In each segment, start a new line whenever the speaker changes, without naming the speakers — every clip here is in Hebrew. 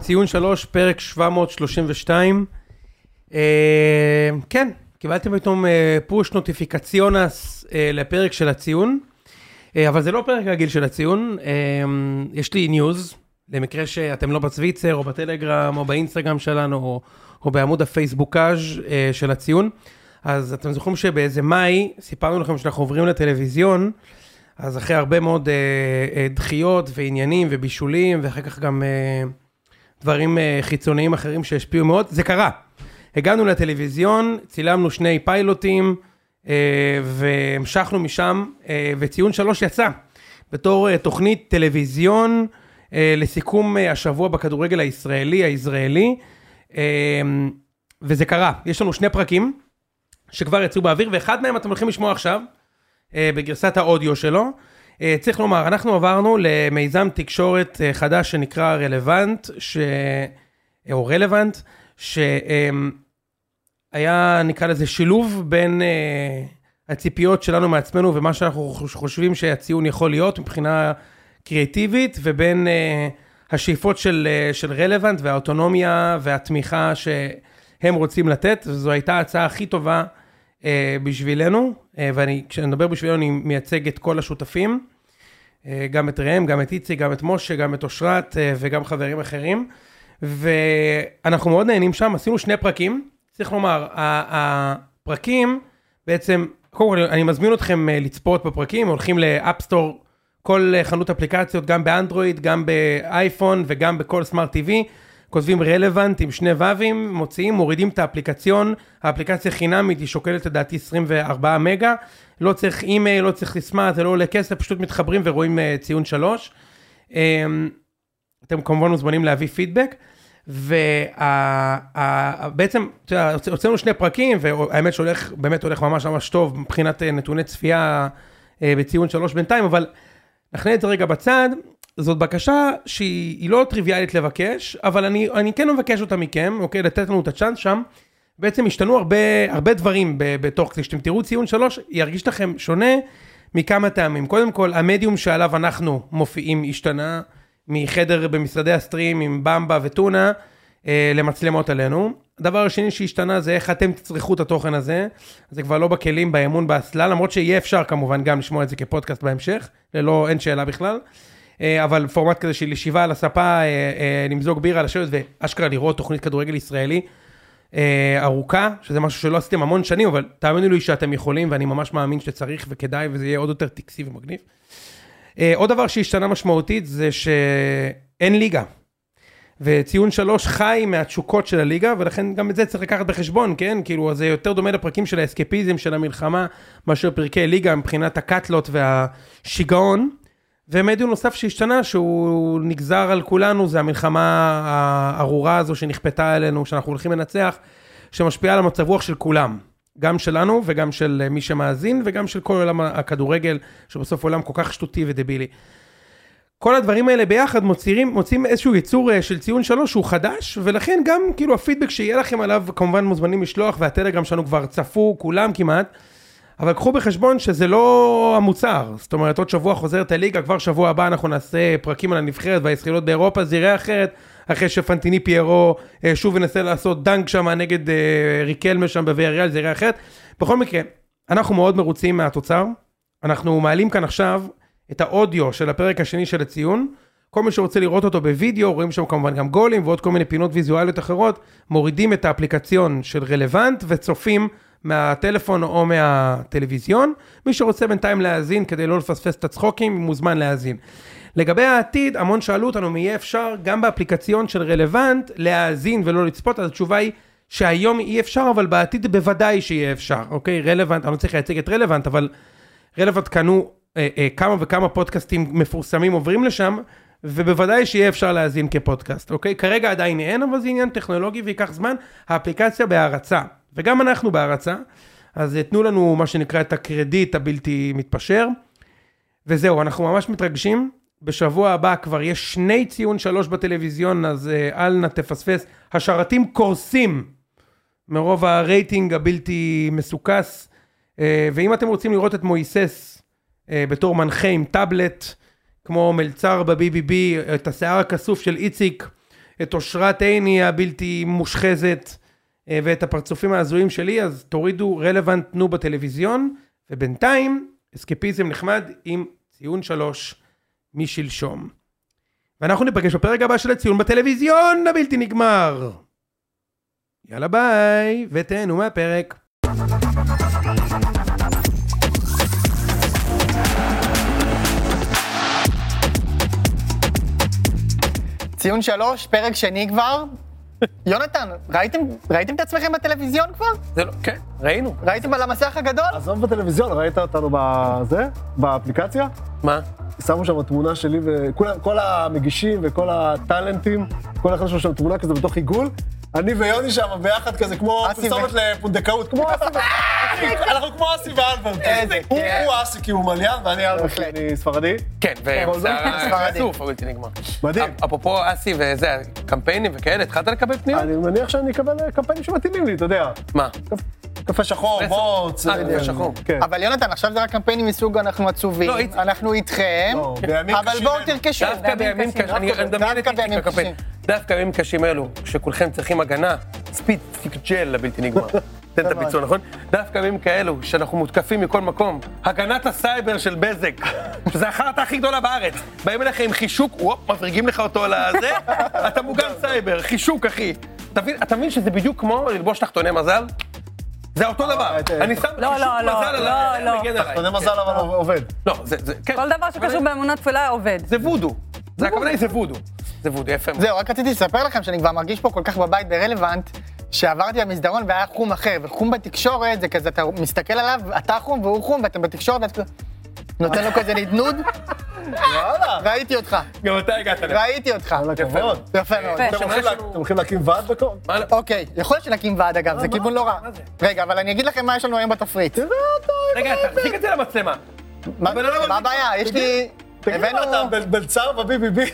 ציון 3, פרק 732. אה, כן, קיבלתם פתאום אה, פוש נוטיפיקציונס אה, לפרק של הציון, אה, אבל זה לא פרק רגיל של הציון. אה, יש לי ניוז, למקרה שאתם לא בצוויצר, או בטלגרם, או באינסטגרם שלנו, או, או בעמוד הפייסבוקאז' אה, של הציון. אז אתם זוכרים שבאיזה מאי סיפרנו לכם שאנחנו עוברים לטלוויזיון, אז אחרי הרבה מאוד אה, אה, דחיות ועניינים ובישולים, ואחר כך גם אה, דברים אה, חיצוניים אחרים שהשפיעו מאוד, זה קרה. הגענו לטלוויזיון, צילמנו שני פיילוטים, אה, והמשכנו משם, אה, וציון שלוש יצא, בתור אה, תוכנית טלוויזיון אה, לסיכום אה, השבוע בכדורגל הישראלי, הישראלי, אה, וזה קרה. יש לנו שני פרקים. שכבר יצאו באוויר, ואחד מהם אתם הולכים לשמוע עכשיו, אה, בגרסת האודיו שלו. אה, צריך לומר, אנחנו עברנו למיזם תקשורת אה, חדש שנקרא רלוונט, ש... או רלוונט, שהיה, נקרא לזה, שילוב בין אה, הציפיות שלנו מעצמנו ומה שאנחנו חוש- חושבים שהציון יכול להיות מבחינה קריאטיבית, ובין אה, השאיפות של, אה, של רלוונט והאוטונומיה והתמיכה שהם רוצים לתת, וזו הייתה ההצעה הכי טובה אה, בשבילנו, אה, ואני, כשאני מדבר בשבילנו, אני מייצג את כל השותפים, אה, גם את ראם, גם את איציק, גם את משה, גם את אושרת אה, וגם חברים אחרים, ואנחנו מאוד נהנים שם, עשינו שני פרקים, צריך לומר, ה- הפרקים בעצם, קודם כל אני מזמין אתכם אה, לצפות בפרקים, הולכים לאפסטור, כל אה, חנות אפליקציות, גם באנדרואיד, גם באייפון וגם בכל סמארט TV. כותבים רלוונט עם שני ווים, מוציאים, מורידים את האפליקציון, האפליקציה חינמית, היא שוקלת לדעתי 24 מגה, לא צריך אימייל, לא צריך סיסמה, זה לא עולה כסף, פשוט מתחברים ורואים אה, ציון שלוש. אמ, אתם כמובן מוזמנים להביא פידבק. ובעצם הוצאנו שני פרקים, והאמת שהולך, באמת הולך ממש ממש טוב מבחינת אה, נתוני צפייה אה, בציון שלוש בינתיים, אבל נכנה את זה רגע בצד. זאת בקשה שהיא היא לא טריוויאלית לבקש, אבל אני, אני כן מבקש אותה מכם, אוקיי? לתת לנו את הצ'אנס שם. בעצם השתנו הרבה, הרבה דברים ב- בתוך זה. כשאתם תראו ציון שלוש, ירגיש לכם שונה מכמה טעמים. קודם כל, המדיום שעליו אנחנו מופיעים השתנה מחדר במשרדי הסטרים עם במבה וטונה אה, למצלמות עלינו. הדבר השני שהשתנה זה איך אתם תצרכו את התוכן הזה. זה כבר לא בכלים, באמון, בהסלל, למרות שיהיה אפשר כמובן גם לשמוע את זה כפודקאסט בהמשך, ללא, אין שאלה בכלל. אה, אבל פורמט כזה של ישיבה על הספה, אה, אה, למזוג בירה, לשבת ואשכרה לראות תוכנית כדורגל ישראלי אה, ארוכה, שזה משהו שלא עשיתם המון שנים, אבל תאמינו לי שאתם יכולים, ואני ממש מאמין שצריך וכדאי, וזה יהיה עוד יותר טקסי ומגניב. אה, עוד דבר שהשתנה משמעותית זה שאין ליגה. וציון שלוש חי מהתשוקות של הליגה, ולכן גם את זה צריך לקחת בחשבון, כן? כאילו, אז זה יותר דומה לפרקים של האסקפיזם, של המלחמה, מאשר פרקי ליגה מבחינת הקאטלות והשיגעון. ומדיום נוסף שהשתנה, שהוא נגזר על כולנו, זה המלחמה הארורה הזו שנכפתה עלינו, שאנחנו הולכים לנצח, שמשפיעה על המצב רוח של כולם. גם שלנו וגם של אה, מי שמאזין, וגם של כל עולם הכדורגל, שבסוף עולם כל כך שטותי ודבילי. כל הדברים האלה ביחד מוצירים, מוצאים איזשהו יצור אה, של ציון שלוש שהוא חדש, ולכן גם כאילו הפידבק שיהיה לכם עליו, כמובן מוזמנים לשלוח, והטלגרם שלנו כבר צפו, כולם כמעט, אבל קחו בחשבון שזה לא המוצר. זאת אומרת, עוד שבוע חוזרת הליגה, כבר שבוע הבא אנחנו נעשה פרקים על הנבחרת והזכירות באירופה, זה יראה אחרת, אחרי שפנטיני פיירו אה, שוב ינסה לעשות דנק שם נגד אה, ריקלמה שם בוויאריאל, זה יראה אחרת. בכל מקרה, אנחנו מאוד מרוצים מהתוצר. אנחנו מעלים כאן עכשיו את האודיו של הפרק השני של הציון. כל מי שרוצה לראות אותו בווידאו, רואים שם כמובן גם גולים ועוד כל מיני פינות ויזואליות אחרות, מורידים את האפליקציון של רלוונט וצופים מהטלפון או מהטלוויזיון. מי שרוצה בינתיים להאזין כדי לא לפספס את הצחוקים, מוזמן להאזין. לגבי העתיד, המון שאלו אותנו אם יהיה אפשר גם באפליקציון של רלוונט להאזין ולא לצפות, אז התשובה היא שהיום אי אפשר, אבל בעתיד בוודאי שיהיה אפשר, אוקיי? רלוונט, אני לא צריך לייצג את רלוונט, אבל רלוונט קנו אה, אה, כמה וכמה פודקאסטים מפורסמים עוברים לשם, ובוודאי שיהיה אפשר להאזין כפודקאסט, אוקיי? כרגע עדיין אין, אבל זה עניין טכנולוגי וייקח זמן. האפליקציה בהערצה, וגם אנחנו בהערצה, אז אה, תנו לנו מה שנקרא את הקרדיט הבלתי מתפשר. וזהו, אנחנו ממש מתרגשים. בשבוע הבא כבר יש שני ציון שלוש בטלוויזיון, אז אה, אל נא תפספס. השרתים קורסים מרוב הרייטינג הבלתי מסוכס. אה, ואם אתם רוצים לראות את מויסס אה, בתור מנחה עם טאבלט, כמו מלצר בבי-בי-בי, את השיער הכסוף של איציק, את אושרת עיני הבלתי מושחזת אה, ואת הפרצופים ההזויים שלי, אז תורידו רלוונט נו בטלוויזיון, ובינתיים, אסקפיזם נחמד עם ציון שלוש משלשום. ואנחנו ניפגש בפרק הבא של הציון בטלוויזיון הבלתי נגמר. יאללה ביי, ותהנו מהפרק.
ציון שלוש, פרק שני כבר. יונתן, ראיתם, ראיתם את עצמכם בטלוויזיון כבר?
זה לא, כן, ראינו.
ראיתם על המסך הגדול?
עזוב בטלוויזיון, ראית אותנו בזה? באפליקציה?
מה?
שמו שם תמונה שלי וכולם, כל המגישים וכל הטאלנטים, כל אחד יש שם תמונה כזה בתוך עיגול. אני ויוני שם ביחד כזה, כמו
אסי ו-
פרסומת לפונדקאות, כמו אסי ו... אנחנו כמו אסי ואלברט.
איזה
הוא
כיף.
הוא אסי כי הוא מליין ואני אלברט, כי
בהחלט.
אני ספרדי.
כן, ושיער
לא ספרדי. כן.
חשוף, הבלתי נגמר.
מדהים.
אפ- אפרופו אסי וזה, קמפיינים וכאלה, התחלת לקבל פניות?
אני מניח שאני אקבל אה, קמפיינים שמתאימים לי, אתה יודע.
מה?
כן,
קפ- קפה שחור,
אספרסו.
בוץ.
אה,
אה,
קפה שחור.
כן.
אבל יונתן, עכשיו זה רק קמפיינים מסוג אנחנו עצובים,
לא, איציק.
אנחנו איתכם,
לא, בימים
אבל
קשים
בואו
אלו.
תרכשו.
דווקא בימים קשים, אני אני מדמיין את
דווקא
איציק
בימים
הקמפיין.
קשים.
דווקא בימים קשים אלו, כשכולכם צריכים הגנה, ספיץ ג'ל הבלתי נגמר. תן את
לא
הביצוע, נכון? דווקא בימים כאלו, שאנחנו מותקפים מכל מקום, הגנת הסייבר של בזק, שזה החרטא הכי גדולה בארץ, באים אליך עם חישוק, וופ, מבריגים לך אותו לזה, אתה מוגן סייבר, חישוק, אחי. תבין- אתה מבין שזה בדיוק כמו ללבוש תחתוני מזל? זה אותו
אה,
דבר.
את-
אני שם
לא,
חישוק
לא, לא,
מזל עליי,
לא, לא.
מגן עליי.
אתה יודע מזל אבל עובד.
לא, זה, זה, כן.
כל דבר שקשור באמונה תפילה עובד.
זה וודו. זה הכוונה היא זה וודו. זה וודו, יפה. מאוד.
זהו, רק רציתי לספר לכם שאני כבר מרגיש פה כל כך בבית ברלוונט, שעברתי במסדרון והיה חום אחר, וחום בתקשורת זה כזה, אתה מסתכל עליו, אתה חום והוא חום, ואתם בתקשורת, ואתה כזה- נותן לו כזה נדנוד,
וואלה.
ראיתי אותך,
גם אתה הגעת לזה.
ראיתי אותך.
וואלה,
יפה.
כבוד.
יפה מאוד.
יפה.
אתם הולכים לה- אתם הולכים להקים ועד בקום?
מה לא?
אוקיי, יכול להיות שנקים ועד אגב,
אה,
זה כיוון לא רע. רגע, אבל אני אגיד לכם מה יש לנו היום בתפריט.
רגע, תחזיק את זה למצלמה.
מה
אה, אבל לא, אבל-
מה הבעיה? יש לי...
תגיד לי,
הבאנו...
מה אתה בל- בלצר וביבי בי?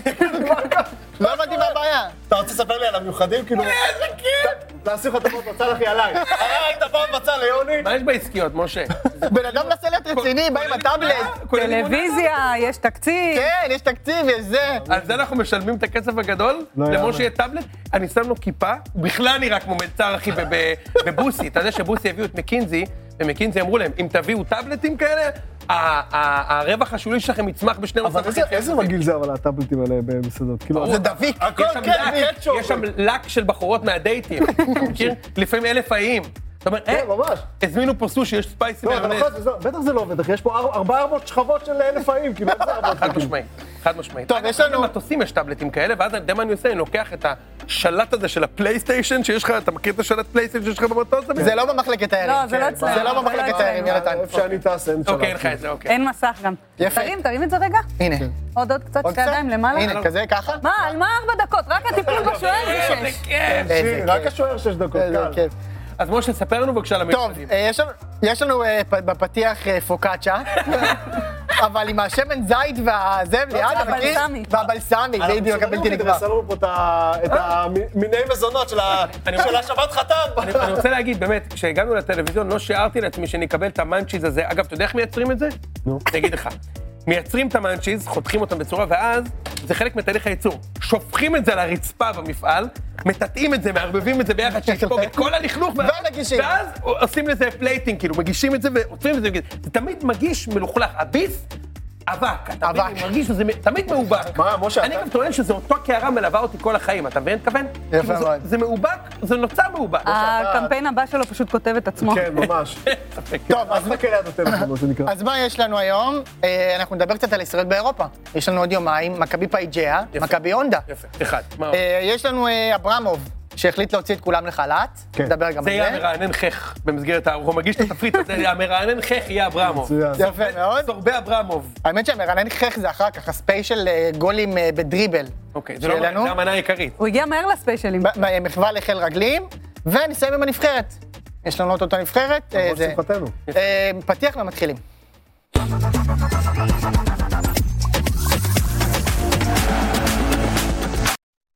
לא הבנתי מה הבעיה.
אתה רוצה לספר לי על המיוחדים? כאילו... איזה כיף! להשים לך טפות בצל אחי עליי. עליי טפות בצל ליוני?
מה יש בעסקיות, משה?
בן
כאילו-
אדם מנסה להיות רציני, בא עם הטאבלט.
כולל לימון?
טלוויזיה, יש תקציב.
כן, יש תקציב, יש זה.
על זה אנחנו משלמים את הכסף הגדול?
לא יאמן.
למשה יהיה טאבלט? אני שם לו כיפה, הוא בכלל נראה כמו מלצר, אחי, ב- ב- בבוסי. אתה יודע שבוסי הביאו את מקינזי, ומקינזי אמרו להם, אם תביאו טאבלטים כאלה, ה- ה- הרווח השולי שלכם יצמח ב-12.5%.
אבל איזה- איזה מגעיל זה אבל הטאבלטים האלה במסעדות. כאילו,
זה דביק.
הכל
יש שם
כן,
לק-
קטשופ.
יש שם לק של בחורות מהדייטים, אתה מכיר? לפעמים אלף האיים. אתה אומר, אה,
כן, ממש.
הזמינו פה סושי, יש ספייסי
לא, אתה
מיונז.
נכון, זה- זה- בטח זה לא עובד, אחי. יש פה אר- ארבע ארבעות שכבות של אלף האיים, כאילו, איזה ארבעות?
חד משמעית, חד משמעית.
אוקיי. טוב,
אגב,
יש לנו-
גם במטוסים יש טאבלטים כאלה, ואז אני יודע מה אני עושה, אני לוקח את השלט הזה של הפלייסטיישן שיש לך, אתה מכיר את השלט פלייסטיישן שיש לך במטוס? הזה?
זה לא במחלקת הערים.
לא, זה לא אצלנו.
זה לא
זה לא
במחלקת
אצלנו.
הערים, יונתן.
איפה שאני טס, אין
אוקיי, אין
שלט.
לך את זה, אוקיי.
אין מסך גם.
יפה.
תרים, תרים את זה רגע.
הנה.
עוד עוד קצת,
עוד
שתי
קצת?
ידיים למעלה.
הנה, כן. כזה, ככה?
מה, על מה ארבע דקות? רק הטיפול בשוער זה
איזה
שש.
כיף.
איזה
שיר, רק
לא
כיף.
השוער שש דקות,
איזה
קל.
כיף.
כן. אז משה, ספר לנו בבקשה על
טוב,
המיוחדים.
אה, יש לנו- יש לנו אה, פ- בפתיח אה, פוקאצ'ה, אבל עם השמן זית
לא,
והזה, ליד, אתה מכיר?
והבלסמי.
והבלסמי, בדיוק, הבלתי נגמר.
עשו לנו פה את ה- את המיני מזונות של ה-
אה? אני אומר-
של השבת חתם.
אני אני רוצה להגיד, באמת, כשהגענו לטלוויזיון, לא שיערתי לעצמי שאני אקבל את המאנצ'יז הזה. אגב, אתה יודע איך מייצרים את זה? נו. אני אגיד לך. מייצרים את המאנצ'יז, חותכים אותם בצורה, ואז זה חלק מתהליך הייצור. שופכים את זה על הרצפה במפעל, מטאטאים את זה, מערבבים את זה ביחד, שיספוג את כל הלכלוך. ואז-
ומגישים.
ואז עושים לזה פלייטינג, כאילו, מגישים את זה ועוטפים את זה. זה תמיד מגיש מלוכלך. הביס, אבק. אתה מבין?
אבק.
אני מרגיש שזה מ- תמיד מאובק.
מה, משה,
אני
אתה-
גם טוען שזו אותו קערה מלווה אותי כל החיים, אתה מבין? כוון?
יפה מאוד.
זה מאובק, זה נוצר מאובק.
אה. הקמפיין הבא שלו פשוט כותב את עצמו.
כן, ממש.
טוב, אז
אז חכה ליד הטלפון, מה שנקרא.
אז מה יש לנו היום? אה, אנחנו נדבר קצת על ישראל באירופה. יש לנו עוד יומיים, מכבי פייג'יה,
יפה.
מכבי הונדה.
יפה, אחד. מה עוד?
אה, יש לנו אה, אברמוב, שהחליט להוציא את כולם לחל"ת.
כן.
נדבר גם
זה
על
יהיה
זה.
המרענן חך במסגרת ה... הוא מגיש את התפריט הזה, המרענן חך יהיה אברמוב.
מצוין.
יפה מאוד.
סורבי אברמוב.
האמת שהמרנן חך זה אחר כך, הספייס של אה, גולים אה, בדריבל.
אוקיי, זה לא
שיהיה לנו.
זה המנה העיקרית.
הוא הגיע מהר לספיישלים.
ב- ב- מחווה לחיל רגלים, ונסיים עם הנבחרת. יש לנו עוד אותו נבחרת. אה,
ממש
זה-
שמחתנו.
אה, פתיח ומתחילים.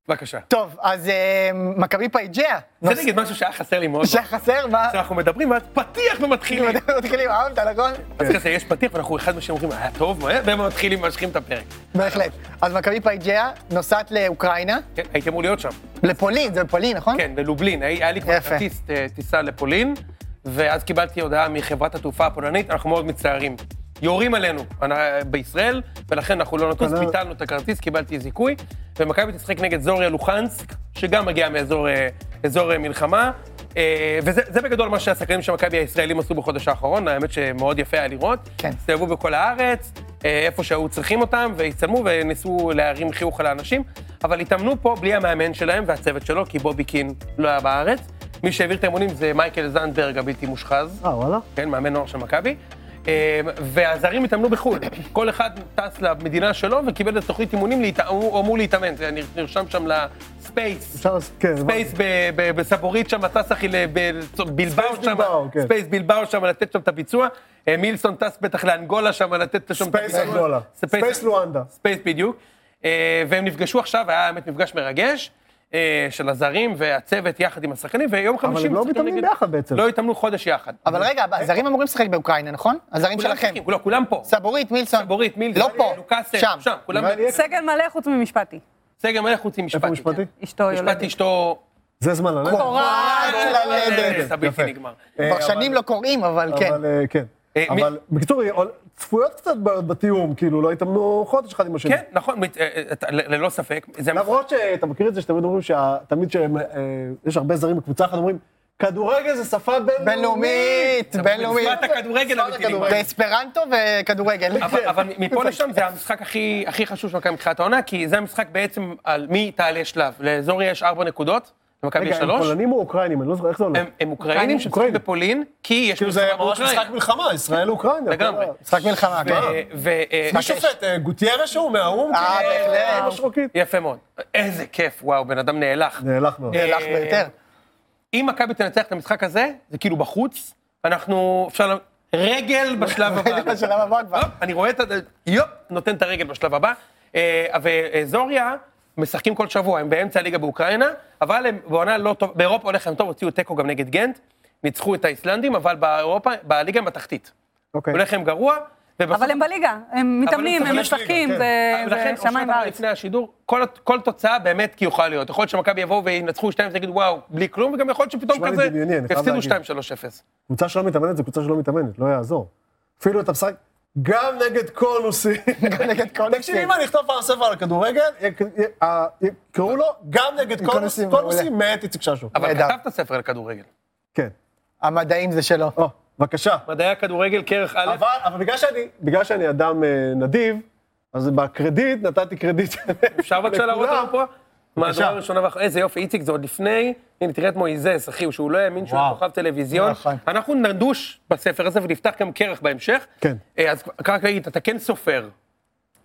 בבקשה.
טוב, אז אה, מכבי פייג'יה.
אני רוצה להגיד משהו שהיה חסר לי מאוד.
שהיה חסר, מה?
כשאנחנו מדברים, ואז פתיח ומתחילים.
מתחילים, אהבת, נכון?
אז כזה, יש פתיח, ואנחנו אחד מהשני אומרים, היה טוב, מה היה?" והם מתחילים וממשיכים את הפרק.
בהחלט. אז מכבי פייג'יה נוסעת לאוקראינה,
כן, הייתי אמור להיות שם.
לפולין, זה בפולין, נכון?
כן, בלובלין. היה היה לי כבר
יפה.
כרטיס אה, טיסה לפולין, ואז קיבלתי הודעה מחברת התעופה הפולנית, אנחנו מאוד מצטערים. יורים עלינו אנ- בישראל, ולכן אנחנו לא נטוס,
אבל-
אה.
ביטלנו את הכרטיס, קיבלתי זיכוי, ומכבי תשחק נגד זוריה לוחנסק, שגם מגיע מאזור אה, אזור, אה, מלחמה. אה, וזה זה בגדול מה שהשחקנים של מכבי הישראלים עשו בחודש האחרון, האמת שמאוד יפה היה לראות.
כן.
הסתובבו בכל הארץ, אה, איפה שהיו צריכים אותם, והצטלמו וניסו להרים חיוך על האנשים, אבל התאמנו פה בלי המאמן שלהם והצוות שלו, כי בובי קין לא היה בארץ. מי שהעביר את האימונים זה מייקל זנדברג הבלתי מושחז,
אה, וואלה?
כן, מאמן נוער של מכבי. אה, והזרים התאמנו בחו"ל, כל אחד טס למדינה שלו וקיבל את תוכנית אימונים, להתא- הוא אמור להתאמן, זה נר- נרשם שם לספייס.
אפשר, לעשות- כן.
ספייס ב- ב- בסבורית שם, טס אחי לבלבאו
ספייס
שם,
בילבאו, כן.
ספייס בלבאו שם, לתת שם את הביצוע. אה, מילסון טס בטח לאנגולה שם, לתת שם את
ספייס
הביצוע.
אנגולה. ספייס לואנדה.
ספייס בדיוק. אה, והם נפגשו עכשיו, היה האמת מפגש מרגש. אה, של הזרים והצוות יחד עם השחקנים, ויום חמישי...
הם לא
משחקים
מתאמנים
נגד-
ביחד בעצם.
לא התאמנו חודש יחד.
אבל רגע, הזרים אמורים לשחק באוקראינה, נכון? הזרים
כולם
שלכם.
משחקים, לא, כולם פה.
סבורית, מילסון.
סבורית, מילסון,
לא פה,
לוקאסן,
שם.
שם, כולם...
נראה לי-
סגל מלא חוץ ממשפטי.
סגל מלך חוץ עם משפטי.
איפה משפטי?
כן.
אשתו יולדת.
משפטי אשתו... אה,
זה זמן ללכת.
קורעת ללדת.
זה הבלתי
אה, יפה.
נגמר.
אה,
כבר
אבל-
שנים לא קוראים, אבל כן.
אבל אה, כן.
אה, מי-
אבל בקיצור, אה, צפויות קצת בעיות בתיאום, כאילו, לא התאמנו חודש אחד עם השני.
כן, נכון, מת- אה, אה, אתה- ל- ללא ספק. זה
למרות שאתה מכיר את זה שתמיד אומרים שתמיד שיש אה, הרבה זרים בקבוצה אחת אומרים, כדורגל זה שפה בינלאומית.
בינלאומית, בינלאומית.
מצוות הכדורגל
מצוות
הבלתי נגמר.
הכדורגל.
באספרנטו וכדורגל.
אבל-
כן.
אבל מפה לשם זה המשחק הכי הכי חשוב של מכבי מתחילת העונה, כי זה המשחק בעצם על מי תעלה שלב. לאזוריה יש ארבע נקודות, למכבי
רגע,
יש
הם
שלוש.
פולנים או אוקראינים? אני לא זוכר איך זה הולך.
הם- הם אוקראינים שמשחקים
אוקראינים.
בפולין, כי יש
כאילו זה
מלחמה
ממש
באוקראינה.
משחק מלחמה, ישראל ואוקראינה.
לגמרי.
כל ה-
משחק מלחמה, כן.
אה, ו- אה,
מי שופט? אה, גוטיירש הוא מהאו"ם?
אה,
כאילו,
בהחלט.
ממש רוקית.
יפה מאוד. איזה כיף, וואו, בן אדם נאלח.
נאלח מאוד.
נאלח
אה,
ביותר.
אם מכבי תנצח את המשחק הזה, זה כאילו בחוץ, אנחנו, אפשר... לה- רגל בשלב הבא.
רגע, שלב הבא כבר.
הופ, אני רואה את ה... יופ, נותן את הרגל בשלב הבא. אה, וזוריה, משחקים כל שבוע, הם באמצע הליגה באוקראינה, אבל הם בעונה לא טוב, באירופה הולך להם טוב, הוציאו תיקו גם נגד גנט, ניצחו את האיסלנדים, אבל באירופה, בליגה הם בתחתית.
אוקיי.
הולך להם גרוע, ובסוף...
אבל הם אה, בליגה, הם מתאמנים,
אבל
הם
הם
משחקים, כן.
בליגה,
זה זה
ולכן, אושרת
שמיים
אמרה
וארץ.
לפני השידור, כל, כל תוצאה באמת כי יכולה להיות. יכול להיות שמכבי יבואו וינצחו 2 ויגידו וואו, בלי כלום, וגם יכול להיות שפתאום
נשמע לי
כזה,
דמיוני, אני חייב
יפסידו
להגיד.
2-3-0.
קבוצה שלא מתאמנת זה קבוצה שלא מתאמנת, לא יעזור. אפילו את המשחק, גם נגד קונוסים.
גם נגד קונוסים.
תקשיב, אם אני אכתוב פעם ספר על כדורגל, י- י- ה- י- קראו לו גם נגד
עם
קונוס-
קונוסים,
קונוסים מאת איציק ששו.
אבל
נהדר.
כתבת ספר על כדורגל.
כן.
המדעים זה שלו.
אוקיי,
או, בבקשה.
מדעי הכדורגל כרך א',
אבל אבל בגלל שאני- בגלל שאני אדם אה, נדיב, אז בקרדיט נתתי קרדיט.
אפשר בבקשה להראות
לכולם.
לנו פה? מהדורה הראשונה ואחרונה, איזה יופי, איציק, זה עוד לפני, הנה, תראה את מויזס, אחי, שהוא לא האמין שהוא היה
וואו.
כוכב טלוויזיון.
נכון.
אנחנו נדוש בספר הזה ונפתח גם כרך בהמשך.
כן.
אה, אז רק להגיד, אתה כן סופר.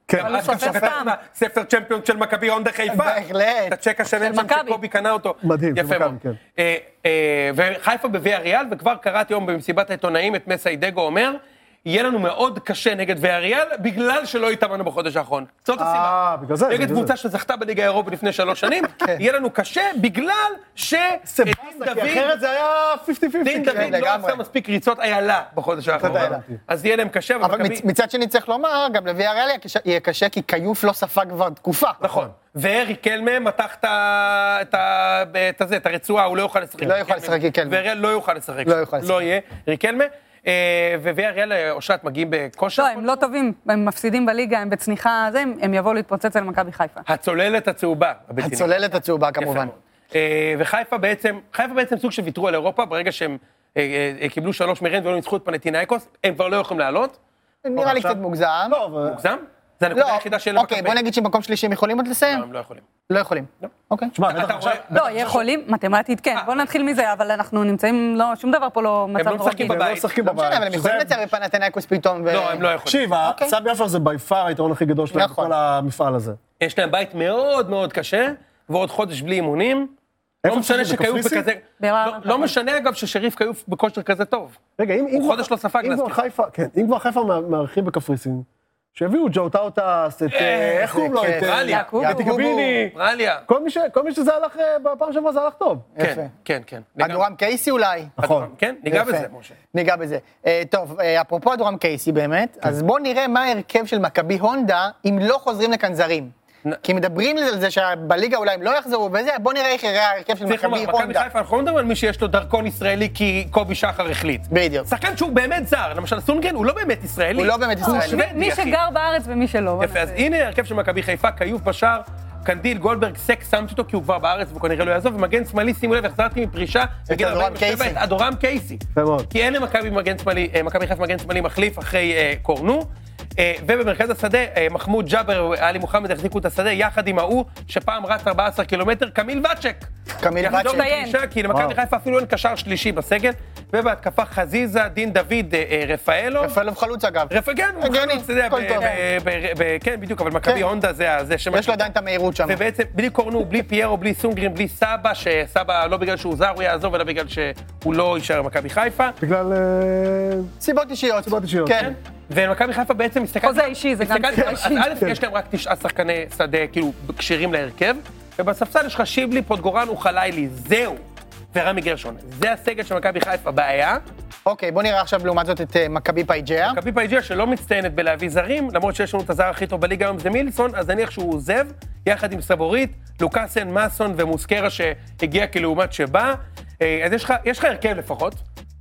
כן.
אז גם
סופר
כתבת
סתם.
לא ספר צ'מפיון של מכבי הונדה חיפה.
בהחלט.
את הצ'ק השמן
של
שם
מכבי.
שקובי קנה אותו.
מדהים, של
יפה
מכבי,
מאוד.
כן.
אה, אה, וחיפה בוויה ריאל, וכבר קראתי היום במסיבת העיתונאים את מסי דגו אומר, יהיה לנו מאוד קשה נגד ויה ריאל, בגלל שלא התאמנו בחודש האחרון. זאת הסיבה.
אה, בגלל זה.
נגד
בגלל זה.
קבוצה שזכתה בליגה האירופית לפני שלוש שנים, יהיה לנו קשה בגלל ש... דין
סבסה, כי
דוד-
אחרת זה היה 50-50.
דין
כן.
דוד לא
לגמרי.
עשה מספיק ריצות איילה בחודש האחרון.
איילה.
אז יהיה להם קשה,
אבל
ומכבי-
מצ- מצד שני צריך לומר, גם לוויה ריאל יהיה קשה, כי כיוף לא ספג כבר תקופה.
נכון. וארי קלמה מתח את ה- את ה- את הזה, את הרצועה, הוא לא יוכל לשחק.
לא יוכל לשחק עם קלמה.
ואריאל לא יוכל לשחק.
לא יוכל לשחק.
לא יהיה, ארי קלמה. אה, וויאריאל, אה, אושרת, מגיעים בכושר.
לא, הם לא טובים, הם מפסידים בליגה, הם בצניחה, זה, הם- הם יבואו להתפוצץ על מכבי חיפה.
הצוללת הצהובה. הבלתי נגמרת.
הצוללת הצהובה
יפה
כמובן.
מאוד. אה, וחיפה בעצם, חיפה בעצם סוג שוויתרו על אירופה, ברגע שהם אה, אה, אה, קיבלו שלוש מרן ולא ניצחו את פנטינאיקוס, הם כבר לא יכולים לעלות.
נראה לי
עכשיו-
קצת מוגזם.
לא, אבל-
מוגזם? זה הנקודה היחידה שאין להם
אוקיי,
לקבל.
בוא נגיד שמקום שלישי הם יכולים עוד
לא,
לסיים?
הם לא יכולים.
לא יכולים. אוקיי.
שמע,
אתה
בטח
רואה-
עכשיו...
לא, יכולים, מתמטית כן, בואו נתחיל מזה, אבל אנחנו נמצאים, לא, שום דבר פה לא מצב
לא משחקים
רגיל.
הם לא
בבית.
משחקים
לא
בבית.
משנה, אבל הם
שזה-
יכולים לצייר מפנתנאיקוס פתאום. ו-
לא, הם לא יכולים.
תקשיב, ה-
אוקיי.
סמי עופר זה בי פאר היתרון הכי גדול שלהם
נכון.
בכל המפעל הזה.
יש להם בית מאוד מאוד קשה, ועוד חודש בלי אימונים. לא
איפה
משנה
משחקים?
שכיוף
בקפריסין?
בכזה... לא-
ברמה המרכזית.
לא משנה, אגב, ששריף כיוף בכושר כזה טוב.
רגע, אם... אם-
חודש לא ספג
אם כבר
להזכיר.
חיפה, כן, אם כבר חיפה מארחים בקפריסין, שהביאו ג'אוטאו טס, את... אה, איך
כן.
קוראים לו? את... אה,
רליה,
יעקוב,
את גביני.
רליה.
כל מי ש- כל מי שזה הלך, אה, בפעם שעברה זה הלך טוב.
כן, כן, כן. ניגע-
אדורם קייסי אולי.
נכון.
כן, ניגע
יפה.
בזה, משה.
ניגע בזה. אה, טוב, אה, אפרופו אדורם קייסי באמת, אז בואו נראה מה ההרכב של מכבי הונדה אם לא חוזרים לכאן זרים.
נ-
כי מדברים על זה שבליגה אולי הם לא יחזרו וזה, בואו נראה איך יראה ההרכב של
צריך
מכבי
לומר, מכבי
הונדה.
חיפה, אנחנו לא מדברים על מי שיש לו דרכון ישראלי כי קובי שחר החליט.
בדיוק.
שחקן שהוא באמת זר, למשל סונגרן הוא לא באמת ישראלי.
הוא לא באמת ישראלי.
שוודי,
מי-
מי
אחי.
שגר בארץ ומי שלא. בוא
נכון,
יפה, אז
אה,
נעשה.
הנה ההרכב של מכבי חיפה, כיוף בשער, קנדיל, גולדברג, סק, שמתי אותו כי הוא כבר בארץ והוא כנראה לא יעזוב, ומגן שמאלי, שימו לב, החזרתי מפרישה בגיל
אדורם
47
קייסי.
את אדורם קייסי.
יפה מאוד.
כי אין למכבי מגן שמאלי, אה, מכבי חיפה מגן שמאלי מחליף אחרי אה, קורנו. אה, ובמרכז השדה, אה, מחמוד ג'אבר ואלי מוחמד החזיקו את השדה יחד עם ההוא שפעם רץ 14 קילומטר, קמיל ואצ'ק.
קמיל
יחד
ואצ'ק.
עם פרישה, כי למכבי
וואו.
חיפה אפילו אין קשר שלישי בסגל, ובהתקפה חזיזה, דין דוד, אה, אה, רפאלו.
רפאלוב לא חלוץ אגב.
רפא, כן, הוא
הגיוני,
חלוץ, אתה יודע,
הכל
ב-
טוב.
ב- ב- ב- כן, בדיוק, אבל מכבי
כן.
הונדה זה ה- זה שם...
יש לו עדיין את המהירות שם.
ובעצם, בלי קורנו, בלי פיירו, בלי סונגרין, בלי סבא, שסבא לא בגלל שהוא זר הוא יעזוב, אלא בגלל שהוא לא יישאר במכבי חיפה.
בגלל... אה,
סיבות אישיות.
סיבות אישיות.
כן.
ומכבי חיפה בעצם מסתכלת...
חוזה אישי, זה גם
מסתכלת-
חוזה אישי.
אז א', יש להם רק תשעה שחקני שדה, כאילו, כשירים להרכב, ובספסל יש לך שיבלי, פוטגורן וחלילי, זהו. ורמי גרשון. זה הסגל של מכבי חיפה, בעיה.
אוקיי, בואו נראה עכשיו לעומת זאת את אה, מכבי פייג'יה.
מכבי פייג'יה שלא מצטיינת בלהביא זרים, למרות שיש לנו את הזר הכי טוב בליגה היום זה מילסון, אז נניח שהוא עוזב, יחד עם סבורית, לוקאסן, מאסון ומוסקרה שהגיע כלעומת שבא. אה, אז יש לך- יש לך הרכב לפחות.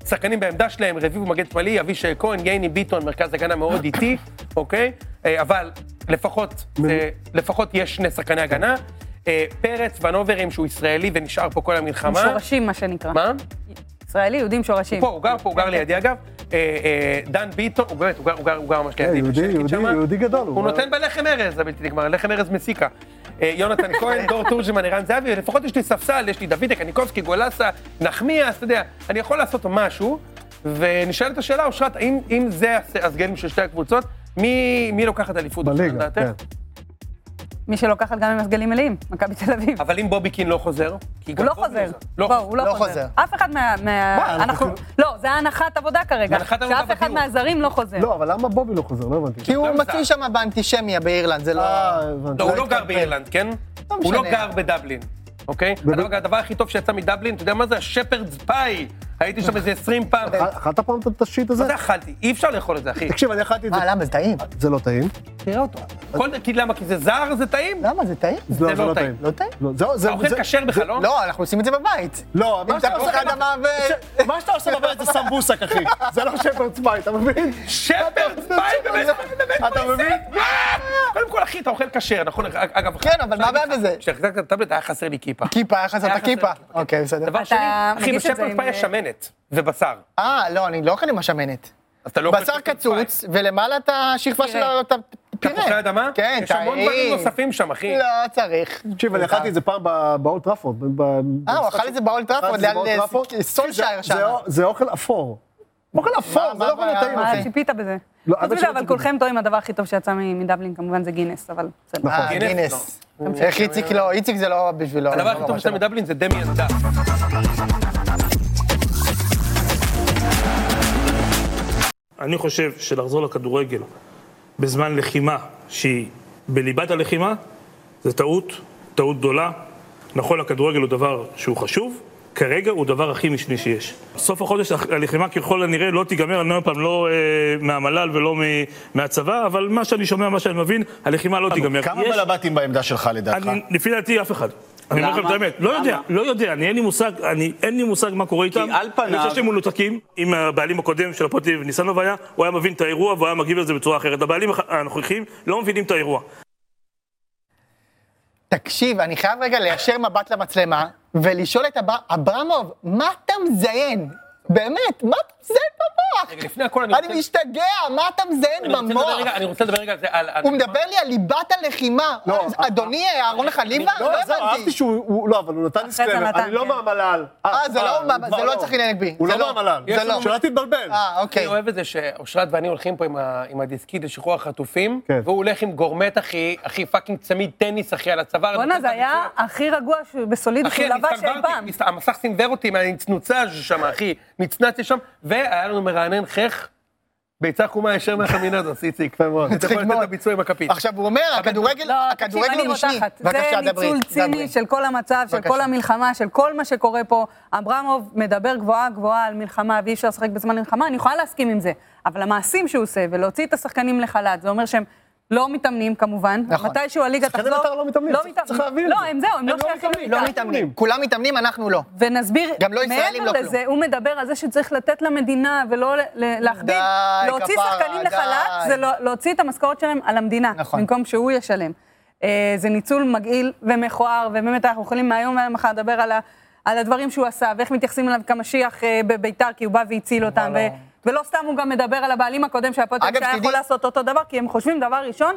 שחקנים בעמדה שלהם, רביבו מגן שמאלי, אבישי כהן, ייני ביטון, מרכז הגנה מאוד איטי, אוקיי? אה, אבל לפחות, אה, לפחות יש שני שחקני הגנה. אה, פרץ ונוברים, שהוא ישראלי ונשאר פה כל המלחמה.
שורשים, מה שנקרא.
אה, מה?
ישראלי, יהודים שורשים.
כן.
פה, הוא גר פה, הוא גר לידי אגב. אה, אה, דן ביטון, הוא באמת, הוא גר- הוא גר- הוא גר ממש לידי.
כן, יהודי,
יש לי
יהודי,
שמה.
יהודי גדול.
הוא נותן בלחם ארז, זה בלתי נגמר, לחם ארז מסיקה. אה, יונתן כהן, דור תורג'מן, ערן זהבי, לפחות יש לי ספסל, יש לי דוידק, הניקובסקי, גולסה, נחמיאס, אתה יודע, אני יכול לעשות משהו, ונשאלת השאלה, אושרת, האם אם זה הס- הסגלים של שתי הקבוצות, מי מי לוקחת אליפות?
בליגה,
לדעתך?
כן.
מי שלוקחת גם עם הסגלים מלאים, מכבי תל אביב.
אבל אם בוביקין לא חוזר? כי
הוא
גם
לא
בוביקין
חוזר.
לא
בואו, הוא
לא
לא
חוזר.
חוזר. אף אחד מה...
מה,
מה-
אנחנו
אנחנו...
כאילו-
לא, זה הנחת עבודה כרגע.
הנחת עבודה
שאף אחד
בדיוק.
מהזרים לא חוזר.
לא, אבל למה בובי לא חוזר? לא הבנתי.
כי הוא
גם
מצוי
זר.
שם באנטישמיה באירלנד, זה לא...
אה,
לא,
הבנתי.
הוא לא גר
התקבל.
באירלנד, כן?
לא
הוא לא
משנה.
גר בדבלין, אוקיי? הדבר- הדבר הכי טוב שיצא מדבלין, אתה יודע מה זה? השפרדס פאי. הייתי שם איזה 20 פעם.
אה,
אכ- אכלת פעם את השיט הזה?
מה זה אכלתי? אי אפשר לאכול את זה, אחי.
תקשיב, אני אכלתי את זה.
אה, למה זה טעים?
זה לא טעים.
תראה אותו.
כל- כי למה? כי זה זר, זה טעים?
למה זה טעים?
זה
לא
לא- זה לא
טעים.
טעים.
לא טעים?
לא, זה- זה-
אתה אוכל
זה-
כשר
זה-
בכלל, לא?
לא, אנחנו עושים את זה בבית.
לא,
אם
מה
אתה
שאתה
עושה
אוכל...
אדמה ו...
מה שאתה עושה בבית זה סמבוסק, אחי. זה לא שפרדס פאי, אתה מבין?
שפרדס פאי באמת, באמת,
אתה מבין?
אה! קודם כל, אחי, אתה אוכל כשר, נכון? אגב,
כן, אבל מה הבעיה בזה?
כשהחזקת את הטאבלט היה חסר לי כיפה.
כיפה, היה חסר
היה
את הכיפה.
חסר.
אוקיי, בסדר.
דבר
אתה
שני, אחי,
מגיש את זה
בשפרדס
עם- אה,
פאי יש שמנת ובשר.
אה, לא, אני לא אוכל עם השמנת.
אז אתה לא אוכל
בשר
שפרדס
קצוץ, ולמעלה את השכבה של
פירה.
הפירה.
תפוחי אדמה?
כן, טעים.
יש המון דברים נוספים שם, אחי.
לא צריך.
תקשיב, אני אכלתי את זה פעם ב- באולט טראפורד. ב- ב-
אוקיי. אה, הוא
במשחק
אכל את זה באולט טראפורד,
אכל את זה
ליד,
באולט
אה,
טראפורד.
ס- סולשייר
זה-
שם.
זה- זה אוכל אפור. אוכל אפור, זה
מה
לא אוכל
הבעיה?
טעים.
מה,
אחי.
מה ציפית בזה?
לא,
חוץ
אבל
מזה,
שלא
אבל
ציפיתי.
כולכם טועים, הדבר הכי טוב שיצא מ- מדבלין כמובן זה גינס, אבל בסדר.
נכון.
אה,
גינס,
גינס. איך איציק לא, איציק זה לא בשבילו.
הדבר
לא
הכי טוב
ממש
שאתה
לא.
מדבלין זה דמיאן דף.
אני חושב שלחזור לכדורגל בזמן לחימה שהיא בליבת הלחימה, זה טעות, טעות גדולה. נכון, הכדורגל הוא דבר שהוא חשוב, כרגע הוא הדבר הכי משני שיש. סוף החודש הח- הלחימה ככל הנראה לא תיגמר, אני עוד פעם לא אה, מהמל"ל ולא מ- מהצבא, אבל מה שאני שומע, מה שאני מבין, הלחימה לא תיגמר.
כמה
יש-
בלבטים בעמדה שלך לדעתך?
אני, לפי דעתי אף אחד. אני אומר לכם את האמת, לא יודע, לא יודע, אני אין לי מושג, אני אין לי מושג מה קורה איתם.
על
אני
פניו-
חושב שהם מנותקים, אם הבעלים הקודם של הפרטי ניסנוב היה, הוא היה מבין את האירוע והוא היה מגיב לזה בצורה אחרת. הבעלים הח- הנוכחים לא מבינים את האירוע.
תקשיב, אני חייב רגע ליישר מבט למצלמה, ולשאול את אבר- אברמוב, מה אתה מזיין? באמת, מה אתה מזיין במוח?
רגע, לפני הכל אני רוצה-
אני משתגע, מה אתה מזיין
אני רוצה לדבר רגע-
במוח?
אני רוצה לדבר רגע על זה, על... על-
הוא מדבר לי על ליבת הלחימה.
לא,
אז אדוני
אה,
אהרון חליבה?
לא,
לא
זהו, אהבתי
הבנתי.
שהוא, הוא- לא, אבל הוא נתן
אחרי זה
דיסקלמר,
נתן,
אני לא
כן.
מהמל"ל.
אה, זה לא
הוא
מה-
כבר
זה לא צחי הנגבי.
הוא
זה
לא
לא.
מהמל"ל.
זה לא.
שלא תתבלבל.
אה, אוקיי.
אני אוהב את זה שאושרת ואני הולכים פה עם ה- עם הדיסקית לשחרור החטופים,
כן.
והוא הולך עם גורמט, אחי, אחי פאקינג צמיד טניס, אחי, על הצוואר.
בואנה,
נותן
זה
את
היה
הביצוע.
הכי רגוע בסולידי שהוא
אחי, אני
לבש אי פעם.
הסתנוורתי, מסת- המסך סינוור אותי מהנצנוצה שם, אחי, נצנצתי שם, והיה לנו מרענן חך, ביצה חומה ישר מהחמינה הזאת, איציק.
יפה מאוד.
אתה יכול לתת את הביצוע עם הכפית.
עכשיו, הוא אומר, הכדורגל,
לא, תקשיב,
הכדורגל
אני
הוא משני.
רותחת.
בבקשה,
זה
דברי.
ניצול
דברי.
ציני של כל המצב, של
בבקשה.
כל המלחמה, של כל מה שקורה פה. אברמוב מדבר גבוהה גבוהה על מלחמה, ואי אפשר לשחק בזמן מלחמה, אני יכולה להסכים עם זה. אבל המעשים שהוא עושה, ולהוציא את השחקנים לחל"ת, זה אומר שהם... לא מתאמנים כמובן,
נכון.
מתישהו הליגה תחזור.
שחקני בית"ר לא מתאמנים, צריך- צריך להבין את
לא,
זה.
הם זהו, הם לא
לא
שייכים
מתאמנים,
לא
לליגה.
מתאמנים. כולם מתאמנים, אנחנו לא.
ונסביר,
גם לא ישראלים, לא
מעבר
כלום.
לזה, הוא מדבר על זה שצריך לתת למדינה ולא ל- ל- להכביד.
די,
להוציא
כפרה,
שחקנים
די.
לחל"ת זה לא- להוציא את המשכורת שלהם על המדינה,
נכון.
במקום שהוא ישלם. אה, זה ניצול מגעיל ומכוער, ובאמת אנחנו יכולים מהיום למחר לדבר על, ה, על הדברים שהוא עשה, ואיך מתייחסים אליו כמשיח אה, בביתר, כי הוא בא והציל אותם. ו, ולא סתם הוא גם מדבר על הבעלים הקודם של הפועל תל
נכון. אגב,
אביב, שהיה
שתדעי-
יכול לעשות אותו דבר, כי הם חושבים דבר ראשון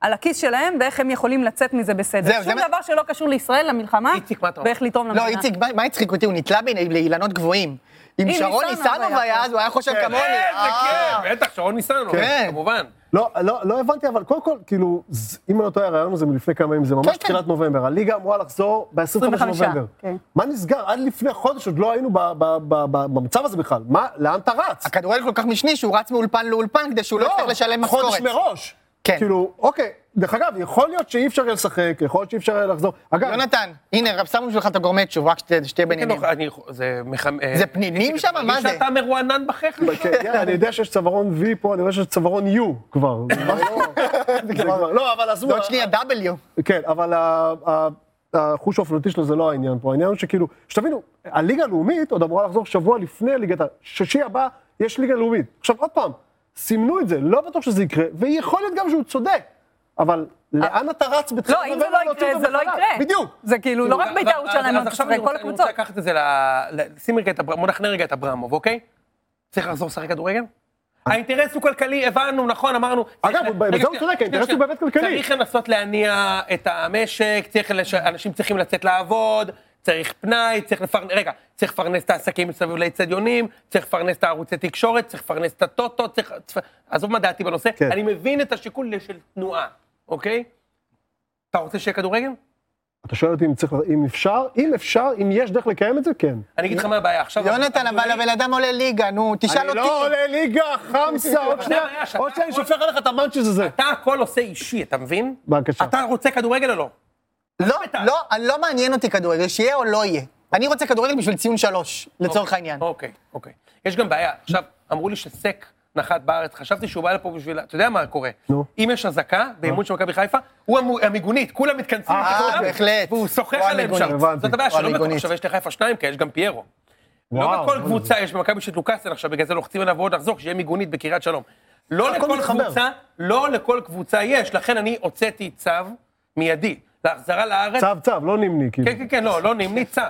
על הכיס שלהם, ואיך הם יכולים לצאת מזה בסדר.
זהו, זה
שום
מה-
דבר שלא קשור לישראל, למלחמה,
איציק, מה אתה אומר?
ואיך לתרום
לא,
למדינה.
איציק, מה- מה הצחיק אותי? הוא נתלה בין- לאילנות גבוהים. אם
אם
שרון
ניסנוב
ניסנוב
היה
היה,
פה.
אז הוא היה חושב
כן,
כמוני.
זה
אה.
כן, בטח, שרון ניסנוב,
כן.
כמובן.
לא, לא, לא הבנתי, אבל קודם כל, כאילו, ז- אם אני לא טועה, הרעיון הזה מלפני כמה ימים, זה
כן,
ממש
כן.
תחילת נובמבר. הליגה אמורה לחזור ב-25
25,
נובמבר.
כן.
מה נסגר? עד לפני חודש עוד לא היינו ב- ב- ב- ב- במצב הזה בכלל. מה, לאן אתה רץ?
הכדורגל כל כך משני שהוא רץ מאולפן לאולפן כדי שהוא לא יצטרך לשלם
חודש
משכורת.
מראש.
כן.
כאילו, אוקיי, דרך אגב, יכול להיות שאי אפשר יהיה לשחק, יכול להיות שאי אפשר יהיה לחזור. אגב,
יונתן, הנה, רב שמו בשבילך את הגורמצ'וב, רק שת- שתהיה
כן,
בעניינים.
לא, אני- זה מחמ- אה,
זה פנינים
איציק,
שם?
אתה
מה
מרגיש
זה?
שאתה מרוענן בחכם.
כן, יאללה, אני יודע שיש צווארון V פה, אני רואה שיש צווארון U כבר. זה כבר לא- זה כבר- לא, אבל עזבו.
עוד שנייה W.
כן, אבל ה- ה- החוש האופנתי שלו זה לא העניין פה, העניין הוא שכאילו, שתבינו, הליגה הלאומית עוד אמורה לחזור שבוע לפני ליגת ה... שישי הבא יש ליגה לאומית. עכשיו עוד פעם, סימנו את זה, לא בטוח שזה יקרה, ויכול להיות גם שהוא צודק, אבל לאן אתה רץ בתחילת
לא, אם זה לא
נובמבר להוציא
יקרה,
אותו
זה לא
בחל"ת?
יקרה.
בדיוק.
זה כאילו, לא רק בית"ר
אבל-
ירושלים,
אז עכשיו
זה
אני
כל
רוצה- אני
הקבוצות.
רוצה לקחת את זה ל... ל- שים רגע את אברמוב, בוא נכנה רגע את אברמוב, אוקיי? צריך לחזור לשחק כדורגל? האינטרס הוא כלכלי, הבנו, נכון, אמרנו...
אגב,
צריך-
הוא- בזה
רגע,
הוא
שנייה,
צודק,
שנייה,
האינטרס הוא
שנייה.
באמת כלכלי.
צריך לנסות להניע את המשק, צריך לש- אנשים צריכים לצאת לעבוד, צריך פנאי, צריך לפרנס... רגע, צריך לפרנס את העסקים מסביב לאצטדיונים, צריך לפרנס את הערוצי תקשורת, צריך לפרנס את הטוטו, צריך... צריך- עזוב מה דעתי בנושא,
כן.
אני מבין את השיקול של תנועה, אוקיי? אתה רוצה שיהיה כדורגל?
אתה שואל אותי אם צריך, אם אפשר? אם אפשר, אם יש דרך לקיים את זה, כן.
אני אגיד לך מה הבעיה, עכשיו...
יונתן, אבל
הבעיה-
הבן אדם עולה ליגה, נו, תשאל
אני לא
אותי.
עולה ליגה, חמסה, עוד שנייה,
הבעיה, שאתה-
עוד שנייה אני שופך עליך את המאנצ'יז הזה.
אתה הכל עושה אישי, אתה מבין?
בבקשה.
אתה רוצה כדורגל או לא?
לא, לא, לא מעניין אותי כדורגל, שיהיה או לא יהיה. אני רוצה כדורגל בשביל ציון שלוש, לצורך העניין.
אוקיי, אוקיי. יש גם בעיה. עכשיו, אמרו לי שסק נחת בארץ, חשבתי שהוא בא לפה בשביל... אתה יודע מה קורה?
נו.
אם יש אזעקה באימון של מכבי חיפה, הוא המו- המיגונית, כולם מתכנסים.
אה,
כולם,
בהחלט.
והוא שוחח
הוא
עליהם
המיגונית.
שם.
הבנתי.
זאת הבעיה
הוא
שלא בטוח
המיגונית.
עכשיו יש לחיפה שניים כאלה, יש גם פיירו. לא
וואו,
בכל
מה
קבוצה יש במכבי של לוקאסן עכשיו, בגלל זה לוחצים עליו עוד לחזור, שיהיה מיגונית בקריית שלום. לא
הכל
לכל
מתחבר.
קבוצה, לא לכל קבוצה יש, לכן אני הוצאתי צו מיידי להחזרה לארץ.
צב צב, לא נמני, כאילו.
כן, כן, כן, לא, לא נמני צו.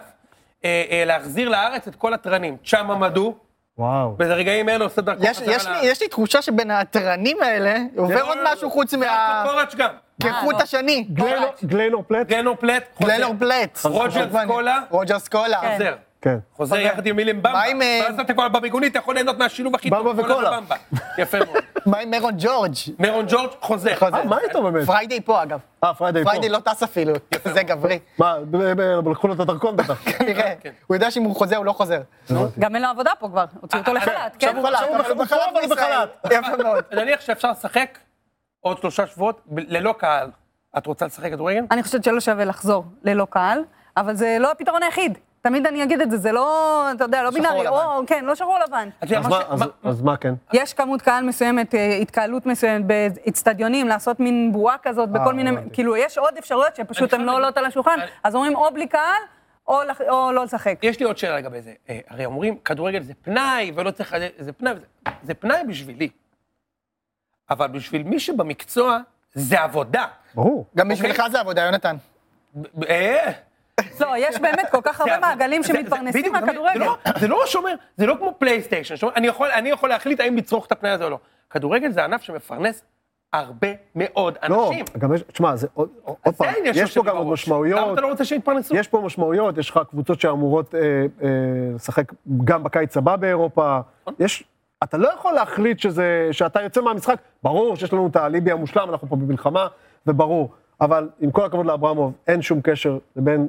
אה, אה, להחזיר לארץ את כל התרנים. צ'אמה מדו,
וואו.
ברגעים אלה עושה דרכו
יש-
חזרה
יש לי-
לארץ.
יש לי תחושה שבין התרנים האלה עובר
לא,
עוד
לא, לא.
משהו חוץ
יעקב
מה...
קוראץ' גם.
כחוט השני.
גליינור- גליינור פלט?
גלנור פלט, חוזר.
גלנור פלט.
רוג'ר סקולה,
רוג'ר סקולה.
חוזר.
כן.
חוזר יחד עם מילים במבה.
מה עם, אה,
ואז אתה כבר במיגונית, אתה יכול ליהנות מהשילוב הכי טוב.
במבה
קולה
וקולה.
ובמבה. יפה מאוד.
מה עם מרון ג'ורג'?
מרון ג'ורג' חוזר.
אה, מה איתו באמת?
פריידי פה אגב.
אה, פריידי פה.
פריידי לא טס אפילו, זה גברי.
מה, ב- ב- לקחו לו את הדרכון בטח.
כנראה. הוא יודע שאם הוא חוזר הוא לא חוזר.
גם אין לו עבודה פה כבר, הוציאו
אה,
אותו לחל"ת, כן?
הוא חל"ת, אבל הוא בחל"ת בישראל. יפה מאוד.
נניח שאפשר לשחק עוד שלושה שבועות ב- ללא קהל. את רוצה לשחק כדורגל?
אני חושבת שלא שווה לחזור ללא קהל, אבל זה לא הפתרון היחיד. תמיד אני אגיד את זה, זה לא, אתה יודע, לא בינארי,
לבן.
או, כן, לא שחור לבן.
את יודעת,
אז
מה
מה-
ש-
אז-
מה-
אז מה כן?
יש כמות קהל מסוימת, אה, התקהלות מסוימת באצטדיונים, לעשות מין בועה כזאת בכל מיני,
אה, הבנתי.
כאילו, יש עוד אפשרויות שפשוט הן לא עולות על השולחן, אז אומרים או בלי קהל, או לח- או לא לשחק.
יש לי עוד שאלה לגבי זה. אה, הרי אומרים, כדורגל זה פנאי, ולא צריך... זה פנאי, זה, זה פנאי בשבילי. אבל בשביל מי שבמקצוע, זה עבודה.
ברור.
גם בשבילך זה עבודה, יונתן.
ב- אה,
לא, יש באמת כל כך
זה
הרבה
עבודה.
מעגלים
כן. זה- זה-
שמתפרנסים
בדיוק, זה- זה
מהכדורגל.
לא- זה לא שאומר, זה לא כמו פלייסטיישן, שאומר, אני יכול, אני יכול להחליט האם לצרוך את הפנאי הזה או לא. כדורגל זה ענף שמפרנס הרבה מאוד
לא,
אנשים.
גם יש, תשמע, זה עוד עוד
זה
פעם,
העניין
יש
שיושב
פה גם עוד
בראש. למה
משמעויות,
אתה לא רוצה שיתפרנסו?
יש פה משמעויות, יש לך קבוצות שאמורות אה, אה, לשחק גם בקיץ הבא באירופה,
נכון.
יש, אתה לא יכול להחליט שזה, שאתה יוצא מהמשחק, ברור שיש לנו את האליבי המושלם, אנחנו פה במלחמה, וברור, אבל עם כל הכבוד לאברמוב, אין שום קשר בין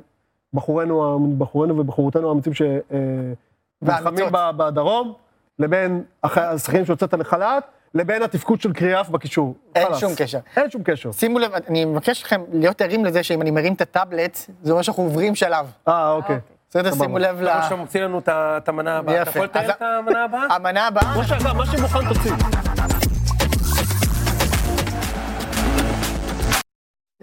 בחורינו, ה- בחורינו ובחורותינו האמיצים אה, שנלחמים
והאמיצות.
בדרום, לבין הח- השחקנים שהוצאת לחל"ת, לבין התפקוד של קריאף בקישור.
אין
חלאס.
שום קשר.
אין שום קשר.
שימו לב, אני מבקש לכם להיות ערים לזה שאם אני מרים את הטאבלט, זה אומר שאנחנו עוברים שלב.
אה, אוקיי.
בסדר,
סבבה.
שימו לב ל...
אתה עכשיו מוציא לנו את ה- את המנה הבאה. אתה
יפה.
יכול לתאר
אז-
את המנה הבאה?
המנה הבאה,
משה, עזוב, מה שמוכן תוציא.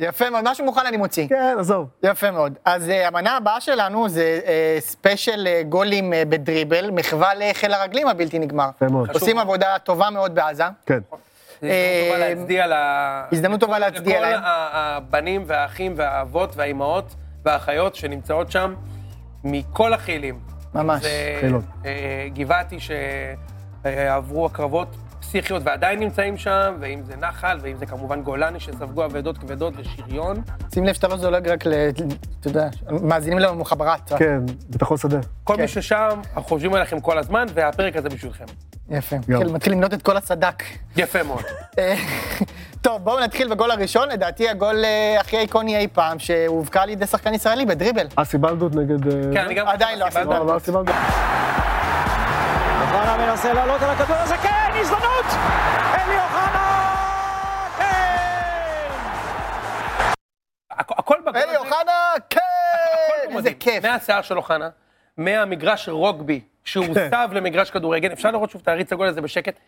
יפה מאוד, משהו מוכן אני מוציא.
כן, עזוב.
יפה מאוד. אז אה, המנה הבאה שלנו זה אה, ספיישל אה, גולים אה, בדריבל, מחווה לחיל הרגלים הבלתי נגמר.
יפה מאוד.
עושים עבודה טובה מאוד בעזה.
כן.
זה הזדמנות טובה לא להצדיע ל-
הזדמנות טובה אה, להצדיע להם.
לכל ה- הבנים והאחים והאבות והאימהות והאחיות שנמצאות שם, מכל החילים.
ממש.
זה
חילות.
אה, גבעתי שעברו הקרבות פסיכיות ועדיין נמצאים שם, ואם זה נחל, ואם זה כמובן גולני שספגו אבדות כבדות ושריון.
שים לב שאתה לא זולג רק ל... אתה יודע, מאזינים לנו מוחברת. רק.
כן, ביטחון שדה.
כל
כן.
מי ששם, אנחנו חושבים עליכם כל הזמן, והפרק הזה בשבילכם.
יפה.
גם.
מתחיל- מתחיל למנות את כל הסד"כ.
יפה מאוד.
אה, טוב, בואו נתחיל בגול הראשון, לדעתי הגול אה, הכי איקוני אי פעם, שהובקע על ידי שחקן ישראלי בדריבל.
אסי בלדות נגד... אה,
כן, אני גם...
עדיין לא
חושב
עשינו.
לא, לא אסי בלדות.
אוחנה מנסה לעלות על הכדור הזה, כן, הזדמנות! אלי אוחנה! כן!
הכ- הכל בגול.
אלי
הזה-
אוחנה, כן! איזה
מדהים.
כיף.
מהשיער של אוחנה, מהמגרש רוגבי
כן.
שהוסב למגרש כדורגל, אפשר לראות שוב, תריץ את הגול הזה בשקט.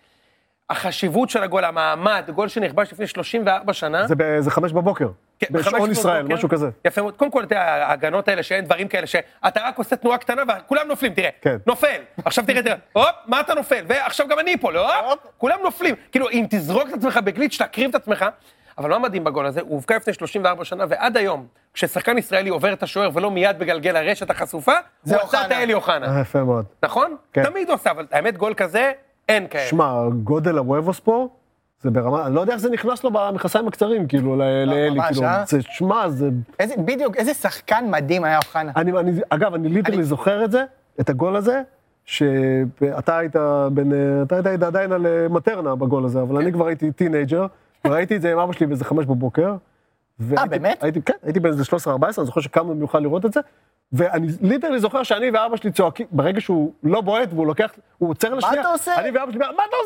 החשיבות של הגול, המעמד, גול שנכבש לפני 34 שנה.
זה ב- זה חמש בבוקר.
כן, בחמש
בשעון
לפנות
ישראל,
בוקר.
משהו כזה.
יפה מאוד. קודם כל, אתה יודע, ההגנות האלה, שאין דברים כאלה, שאתה רק עושה תנועה קטנה וכולם נופלים, תראה.
כן.
נופל. עכשיו תראה, תראה, הופ, מה אתה נופל? ועכשיו גם אני אפול, הופ, כולם נופלים. כאילו, אם תזרוק את עצמך בגליץ', תקריב את עצמך. אבל מה מדהים בגול הזה? הוא הובקע לפני 34 שנה, ועד היום, כששחקן ישראלי עובר את השוער ולא מיד בגלגל הרשת החשופה, הוא עשה
אוחנה.
את האלי אוחנה.
אה, יפה מאוד.
נכון?
כן.
תמיד הוא עושה, אבל האמת, גול כזה, אין כאלה.
שמע, גודל הוובוס פה, זה ברמה, אני לא יודע איך זה נכנס לו במכסיים הקצרים, כאילו, ל- לאלי,
ממש,
כאילו,
אה?
זה, שמע, זה...
איזה, בדיוק, איזה שחקן מדהים היה אוחנה.
אני, אני, אגב, אני ליטרלי
אני-
זוכר את זה, את הגול הזה, שאתה היית בן, אה, אתה היית היית עדיין על אה, מטרנה בגול הזה,
כן.
אבל אני כבר הייתי טינג'ר, וראיתי את זה עם אבא שלי באיזה חמש בבוקר. והייתי-
אה, באמת?
הייתי, כן, הייתי בן איזה 13-14, אני זוכר שקמנו במיוחד לראות את זה, ואני ליטרלי זוכר שאני ואבא שלי צועקים, ברגע שהוא לא בועט והוא לוקח, הוא עוצר לשנייה,
אתה עושה?
אני ואבא שלי, מה אתה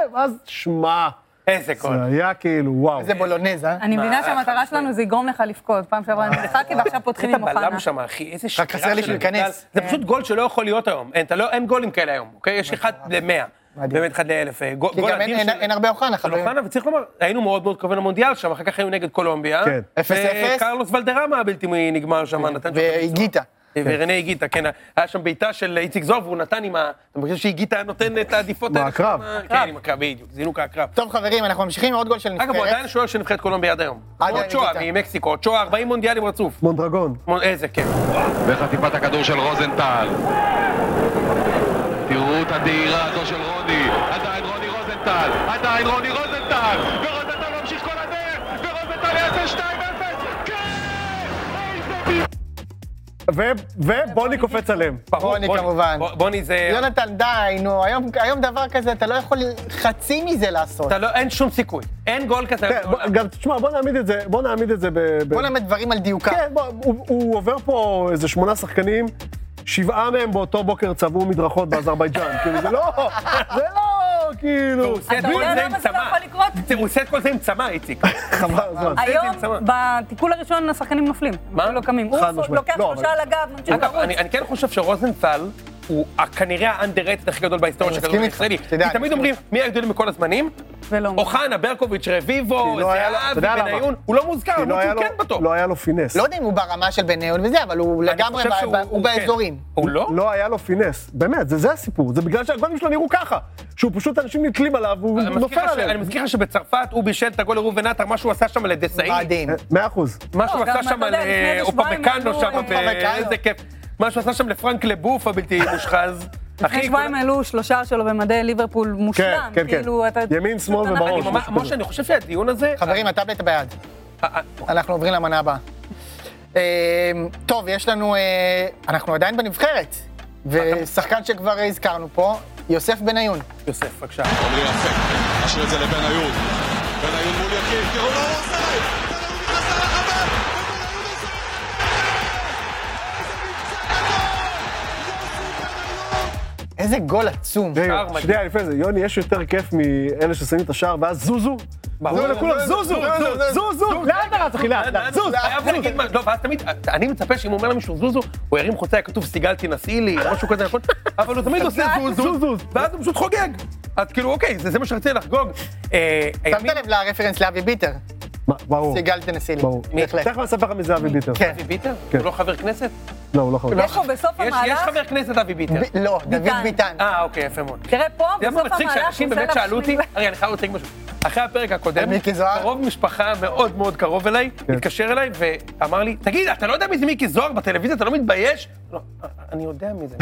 עושה? ואז, שמע,
איזה גול.
זה היה כאילו, וואו.
איזה בולונז, אה?
אני מבינה שהמטרה שלנו זה יגרום לך לבכות. פעם שעברה אני נדחקתי ועכשיו פותחים
איזה
עם אוחנה. כן.
בלם שם, אחי, איזה שירה
חסר לי
של
שהוא
המגדל.
ייכנס.
זה פשוט גול שלא יכול להיות היום. אין, אתה לא- אין גולים כאלה היום, אוקיי? יש אחד למאה. באמת אחד לאלף. אה, גול
כי
גול
גם אין-
אדיר
אין-
של-
אין הרבה אוחנה,
של
חברים.
אוחנה, וצריך לומר, היינו מאוד מאוד קרובים למונדיאל שם, אחר כך היינו נגד קולומביה.
כן.
אפס אפס.
וקרלוס ולדרמה הבלתי נגמר שם,
כן.
נתן שם...
והגיטה.
ורנה הגיטה, כן, היה שם בעיטה של איציק זוהר, והוא נתן עם ה... אתה מרגיש שהגיטה היה נותן את העדיפות האלה?
מהקרב.
שם, כן, עם הקרב, בדיוק, זינוק הקרב.
טוב, חברים, אנחנו ממשיכים עם עוד גול של
אגב, הוא
נבחרת.
עדיין שוער של נבחרת קולומביה עד היום.
עדיין
עוד שואה
הגיטה.
ממקסיקו, שואה 40 מונדיאלים רצוף.
מונדרגון,
מון- איזה כיף.
וחטיפת הכדור של רוזנטל. תראו את הדהירה הזו של רוני, עדיין רוני רוזנטל, עדיין רוני רוזנטל, ורוזנטל ממשיך כל הדרך, ורוזנטל יעשה 2-0, כן! איזה
ו- ובוני קופץ עליהם.
ברור,
רוני, כמובן.
בוא- בוני זה...
יונתן, די, נו, היום- היום דבר כזה, אתה לא יכול חצי מזה לעשות.
אתה לא, אין שום סיכוי. אין גול כזה.
כן, בוא- גם, תשמע, בוא נעמיד את זה, בוא נעמיד את זה ב... ב-
בוא נעמד דברים על דיוקם.
כן, בוא, הוא, הוא עובר פה איזה שמונה שחקנים, שבעה מהם באותו בוקר צבעו מדרכות באזרבייג'אן. כאילו, זה לא, זה לא, כאילו,
עושה את
אתה
כל
יודע
זה
למה
עם
זה לא
צמא.
יכול לקרות?
זה- הוא עושה את כל זה עם צמא, איציק.
חבל על הזמן.
אה,
היום,
צמא.
בתיקול הראשון השחקנים נופלים.
מה?
לא קמים.
חד
הוא
משמעית.
לוקח
לא,
שלושה
אבל-
על הגב, ממשיך
אגב,
לרוץ.
אני אני כן חושב שרוזנטל הוא ה- כנראה האנדררטד הכי גדול בהיסטוריה של
מסכים
הכדורגל
איתך,
הישראלי.
אתה יודע,
כי תמיד
אני
אומרים, מי הגדולים בכל הזמנים?
ולא.
אוחנה, ברקוביץ', רביבו,
לא היה לו-
זהבי,
אתה יודע למה?
בניון. הוא לא מוזכר,
כי
למרות
היה
שהוא
לו-
כן בטופ.
לא היה לו פינס.
לא יודע אם הוא ברמה של בניון וזה, אבל הוא
אני
לגמרי,
חושב
ב-
שהוא-
ב- הוא
כן.
באזורים.
הוא לא?
לא היה לו פינס, באמת, זה, זה הסיפור, זה בגלל שהגולים שלו נראו ככה, שהוא פשוט, אנשים נתלים עליו, הוא
אני מזכיר
נופל
לך ש- אני
עליהם.
מזכיר לך שבצרפת הוא בישל את הגול לראובן עטר, מה שהוא עשה שם לדסאי.
מדהים.
מאה אחוז.
מה שהוא
לא,
עשה
גם,
שם
אתה
על
יודע, לפני איזה שבועיים
אופמקאנו
עלו,
שם,
אה,
אופמקאנו.
איזה כיף. מה שהוא עשה שם לפרנק לבוף הבלתי מושחז.
לפני שבועיים העלו שלושה שלו במדי ליברפול מושלם.
כן, כן.
כאילו, אתה...
ימין, שמאל
פשוט אנחנו-
ובראש.
אני ממש-
משהו כזה.
משה, אני חושב שהדיון הזה...
חברים, הטאבלט ביד.
אה, אה,
אוקיי.
אנחנו עוברים למנה הבאה. אה, טוב, יש לנו... אה, אנחנו עדיין בנבחרת. ושחקן שכבר הזכרנו פה, יוסף בניון.
יוסף, בבקשה.
עומרי יפה, משאיר את זה לבן עיון. בן עיון מול יקיר, לא תראו לו אופסייד! בן עיון נכנס לרחבה! ובן עיון עושה...
איזה
איזה מבצע גדול! יוסי בן עיון!
גול עצום.
רגע,
שער מדהים.
שנייה לפני זה, יוני, יש יותר כיף מאלה ששמים את השער ואז זוזו? זהו, לכולם, זוזו, זוזו, זוזו, לאט לאט, אחי,
אה,
לאט לאט, זוז,
חייב
זוז.
להגיד משהו, לא, ואז תמיד, אני מצפה שאם הוא אומר למישהו זוזו, הוא ירים חוצה, היה כתוב סיגל תנסי לי, או משהו כזה, נכון? אבל הוא תמיד עושה זוזו,
זוז.
ואז הוא פשוט חוגג. אז כאילו, אוקיי, זה זה מה שרציתי לחגוג. אה,
שמת
הימין-
לב לרפרנס לאבי ביטר,
מה, ברור,
סיגל תנסי לי.
ברור.
בהחלט.
תכף אני אספר לך מזה אבי ביטר.
כן.
אבי ביטר?
כן.
הוא לא חבר כנסת?
לא, הוא לא חבר.
יש פה בסוף
יש יש
המהלך,
חבר כנסת אבי ביטר.
ב- לא, דוד
ביטן.
ביטן.
אה, אוקיי, יפה מאוד.
תראה פה,
אתה יודע מה
בסוף
מצחיק
המהלך
שאנשים
הוא עושה
באמת
לה
שאלו אותי,
בשביל-
רגע, אני חייב להציג משהו. אחרי הפרק הקודם,
מיקי זוהר? כן.
קרוב משפחה מאוד מאוד קרוב אליי, התקשר אליי ואמר לי, תגיד, אתה לא יודע מי זה מיקי זוהר בטלוויזיה, אתה לא מתבייש? לא, אני יודע מי זה.